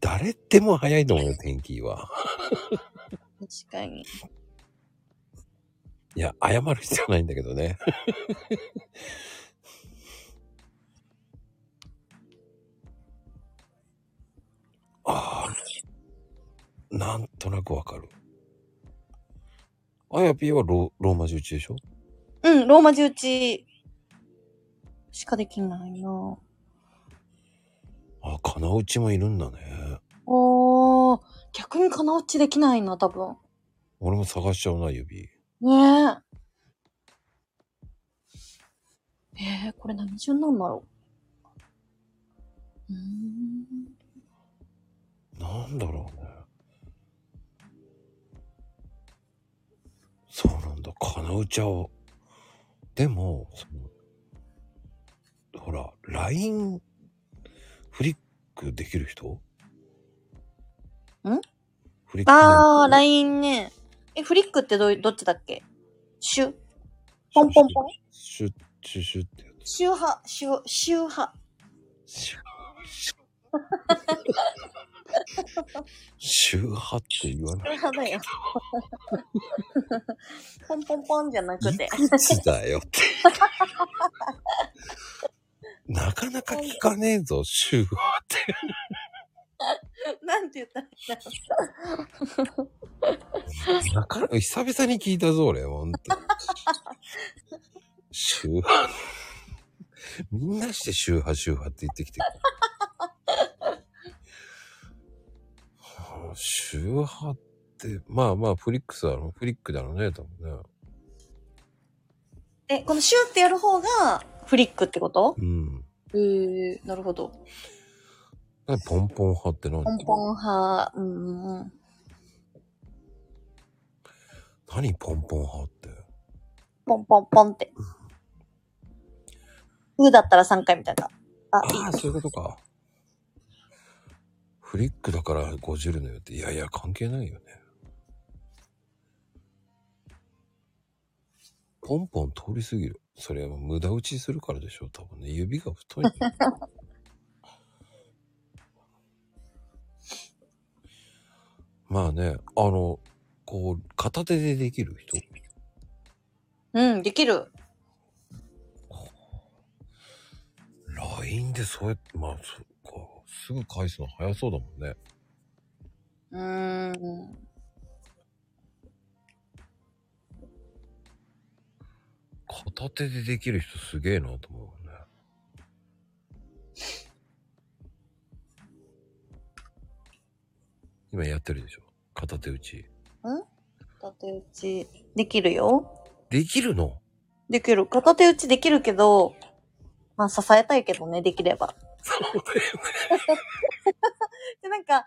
[SPEAKER 1] 誰でも早いと思うよ、天気は。
[SPEAKER 3] 確かに。
[SPEAKER 1] いや、謝る必要ないんだけどね。 ああ、なんとなくわかる。あやぴーはロローマ字打ちでしょ
[SPEAKER 3] うん、ローマ字打ちしかできないな
[SPEAKER 1] あ、金打ちもいるんだね。
[SPEAKER 3] おー、逆に金落ちできないな、多分。
[SPEAKER 1] 俺も探しちゃうな、指。
[SPEAKER 3] ねえ。えー、これ何順なんだろううーん。
[SPEAKER 1] なんだろうね。そうなんだ、金打ちは。でも、その、ほら、LINE フリックできる人んフリック。
[SPEAKER 3] あー、LINE ね。え、フリックってどうい、どっちだっけシュ、ポンポンポン
[SPEAKER 1] シュッシュッシュッってや
[SPEAKER 3] シュー派、シュー、シュー派。
[SPEAKER 1] つ。シュッシュッ。シューハって言わない。
[SPEAKER 3] シュー派だよ。ポンポンポンじゃなくて。
[SPEAKER 1] いくつだよって。なかなか聞かねえぞ、シューはって。
[SPEAKER 3] なんて言ったらいいんだろう
[SPEAKER 1] なかなか久々に聞いたぞ、俺、ほんと。周波。みんなして周波周波って言ってきてる。はあ周波って、まあまあ、フリックスだろ、フリックだろうね、多分ね。
[SPEAKER 3] え、このシューってやる方がフリックってこと
[SPEAKER 1] うん。
[SPEAKER 3] えー、なるほど。
[SPEAKER 1] 何ポンポン派って何
[SPEAKER 3] ポンポン派、うんうんうん。
[SPEAKER 1] 何ポンポン派って。
[SPEAKER 3] ポンポンポンって。風だったら3回みたいな。あ、いい
[SPEAKER 1] ああ、そういうことか。フリックだから50るのよって、いやいや、関係ないよね。ポンポン通り過ぎる。それは無駄打ちするからでしょう、多分ね。指が太いね、 まあね、あの、こう、片手でできる人。
[SPEAKER 3] うん、できる。
[SPEAKER 1] LINE でそうやって、まあ、そっか。すぐ返すの早そうだもんね。
[SPEAKER 3] うーん。
[SPEAKER 1] 片手でできる人すげえなと思うよね。今やってるでしょ片手打ち。
[SPEAKER 3] 片手打ち、できるよ。
[SPEAKER 1] できるの
[SPEAKER 3] できる。片手打ちできるけど、まあ支えたいけどね、できれば。で、なんか、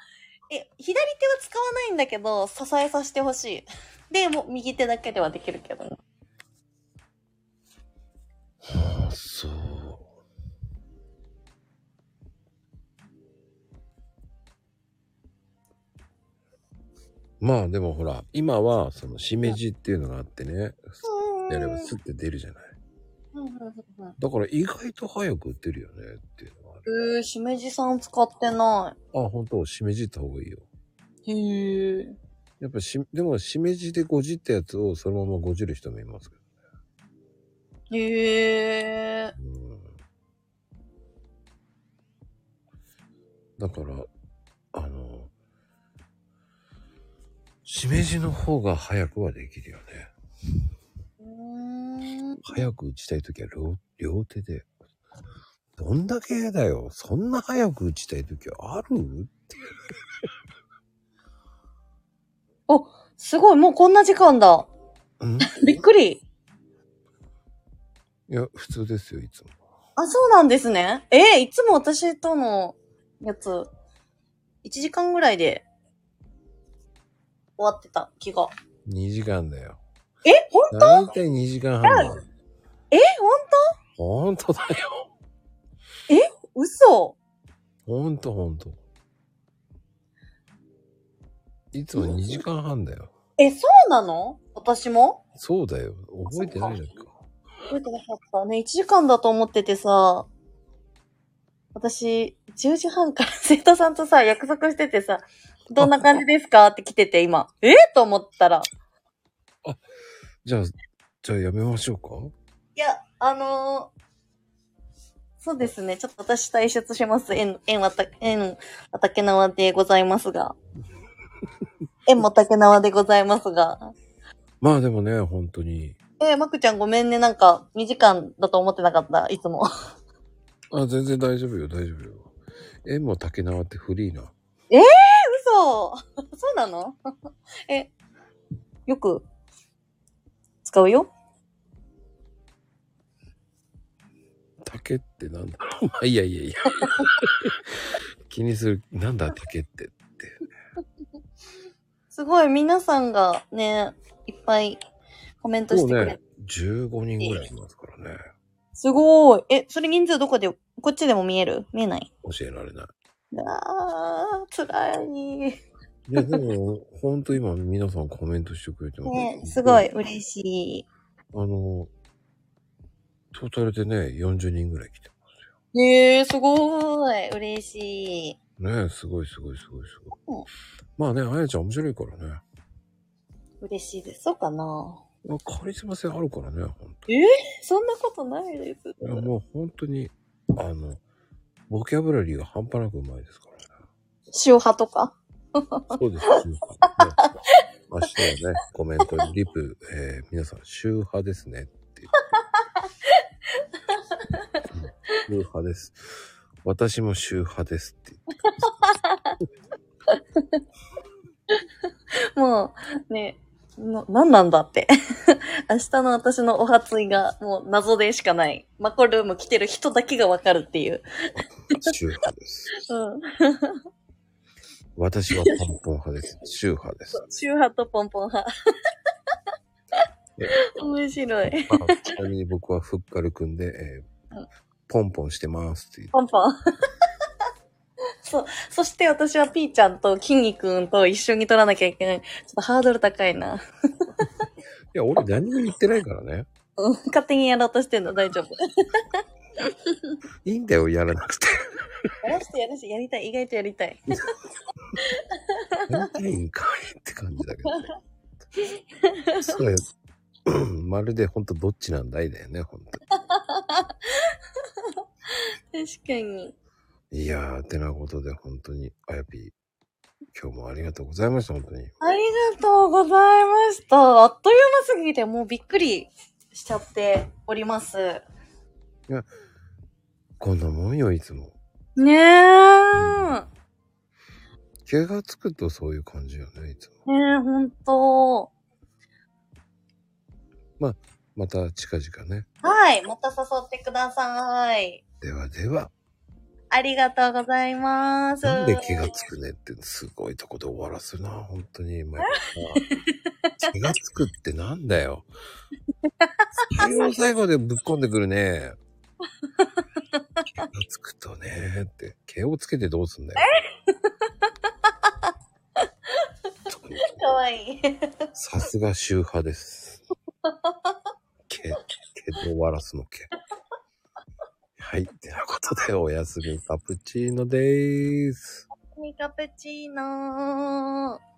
[SPEAKER 3] え、左手は使わないんだけど、支えさせてほしい。で、もう右手だけではできるけどね。
[SPEAKER 1] あそう。まあでもほら、今はそのしめじっていうのがあってね、やればスッて出るじゃない。
[SPEAKER 3] うんうんうんうん
[SPEAKER 1] だから意外と早く打てるよねっていうのはある。
[SPEAKER 3] えー、しめじさん使ってな
[SPEAKER 1] あ、本当しめじった方がいいよ。
[SPEAKER 3] い。へえ。
[SPEAKER 1] やっぱし、でも、しめじでごじったやつをそのままごじる人もいますけど。
[SPEAKER 3] へえ。
[SPEAKER 1] うん。だから、あの、しめじの方が早くはできるよね。
[SPEAKER 3] うーん。
[SPEAKER 1] 早く打ちたいときは両両手で。どんだけだよ。そんな早く打ちたいときはある
[SPEAKER 3] すごい、もうこんな時間だ。
[SPEAKER 1] うん
[SPEAKER 3] びっくり。
[SPEAKER 1] いや、普通ですよ、いつも。
[SPEAKER 3] あ、そうなんですね。えー、いつも私とのやつ、1時間ぐらいで終わってた気が。
[SPEAKER 1] 2時間だよ。
[SPEAKER 3] え、ほん、
[SPEAKER 1] だいたい2時間半だよ。
[SPEAKER 3] え、ほん
[SPEAKER 1] ほんとだよ。
[SPEAKER 3] 嘘
[SPEAKER 1] ほんとほんと。いつも2時間半だよ。
[SPEAKER 3] え、そうなの私も
[SPEAKER 1] そうだよ。覚えてないじゃんか。
[SPEAKER 3] 覚えてなかったね。1時間だと思っててさ、私、10時半から生徒さんとさ、約束しててさ、どんな感じですかって来てて今、えーと思ったら、
[SPEAKER 1] じゃあ、じゃあやめましょう
[SPEAKER 3] いや、あのーそうですね。ちょっと私退出します。縁、縁わた、縁わたけなわでございます が。縁もたけなわでございますが。
[SPEAKER 1] か。まあでもね、本当に。
[SPEAKER 3] えー、まくちゃんごめんね。なんか、2時間だと思ってなかった。いつも。
[SPEAKER 1] あ、全然大丈夫よ、大丈夫よ。縁も竹縄ってフリーな。
[SPEAKER 3] 嘘そう なのえ、よく、使うよ
[SPEAKER 1] 竹ってなんだ ろう。まあいやいやいや。気にする。なんだ竹って。
[SPEAKER 3] すごい、皆さんがね、いっぱいコメント
[SPEAKER 1] も
[SPEAKER 3] し
[SPEAKER 1] う
[SPEAKER 3] てくれて
[SPEAKER 1] ね、15人ぐらいいますからね。
[SPEAKER 3] すごい。え、それ人数どこで、こっちでも見える見えない
[SPEAKER 1] 教えられない。
[SPEAKER 3] あー、辛い。
[SPEAKER 1] いや、でも、ほんと今皆さんコメントしてくれてます。
[SPEAKER 3] ね、すごい。嬉しい。
[SPEAKER 1] あの、トータルでね、40人ぐらい来てま
[SPEAKER 3] ねえ、すごい。嬉しい。
[SPEAKER 1] すよ。ねすごいすごいすごいす
[SPEAKER 3] う
[SPEAKER 1] ご
[SPEAKER 3] ん
[SPEAKER 1] い。まあね、あやちゃん面白いからね。
[SPEAKER 3] 嬉しいです。そうかな
[SPEAKER 1] まあカリスマ性あるからね、ほんと。
[SPEAKER 3] そんなことないです。
[SPEAKER 1] いやもう本当に、あの、ボキャブラリーが半端なくうまいですからね。
[SPEAKER 3] 塩派とか
[SPEAKER 1] そうです。ね、明日はね、コメントにリプ、えー皆さん、週派ですねって言って。週派です。私も週派ですって言って。
[SPEAKER 3] もう、ね、な、なんなんだって。 明日の私のお初いが、もう謎でしかない。マコルーム来てる人だけがわかるっていう。
[SPEAKER 1] 週派です。
[SPEAKER 3] うん。
[SPEAKER 1] 私はポンポン派 です。週派です。
[SPEAKER 3] 中派とポンポン派。面白い。
[SPEAKER 1] まあ、ちなみに僕はふっかるくんで、えー
[SPEAKER 3] うん
[SPEAKER 1] ポンポンしてますって言って。
[SPEAKER 3] ポンポン。 そう。そして私はピーちゃんとキンギくんと一緒に撮らなきゃいけない。ちょっとハードル高いな。
[SPEAKER 1] いや、俺何も言ってないからね。
[SPEAKER 3] うん勝手にやろうとしてんの大丈夫。
[SPEAKER 1] いいんだよ、やらなく て。
[SPEAKER 3] やらしてやらしてやりたい。意外とやりたい。
[SPEAKER 1] やりたいんかいって感じだけど。それ、うんまるでほんとどっちなんだいだよね、ほんと。
[SPEAKER 3] 確かに。
[SPEAKER 1] いやー、てなことで本当に、あやぴー、今日もありがとうございました、本当に。
[SPEAKER 3] ありがとうございました。あっという間すぎて、もうびっくりしちゃっております。
[SPEAKER 1] こんなもんよ、いつも。
[SPEAKER 3] ねえ。
[SPEAKER 1] 気がつくとそういう感じよね、いつも。
[SPEAKER 3] ねえ、ほんと。
[SPEAKER 1] また近々ね。
[SPEAKER 3] はい。また誘ってください。
[SPEAKER 1] ではでは、
[SPEAKER 3] ありがとうございます。
[SPEAKER 1] なんで気がつくねって、すごいとこで終わらすな、本当に。まあ気がつくってなんだよ。最後の最後でぶっこんでくるね。気がつくとねって、毛をつけてどうすんだよ。
[SPEAKER 3] かわい い。
[SPEAKER 1] さすが周派です。毛、毛で終わらすの毛。はい。てなことで、おやすみカプチーノでーす。
[SPEAKER 3] ミカプチーノー。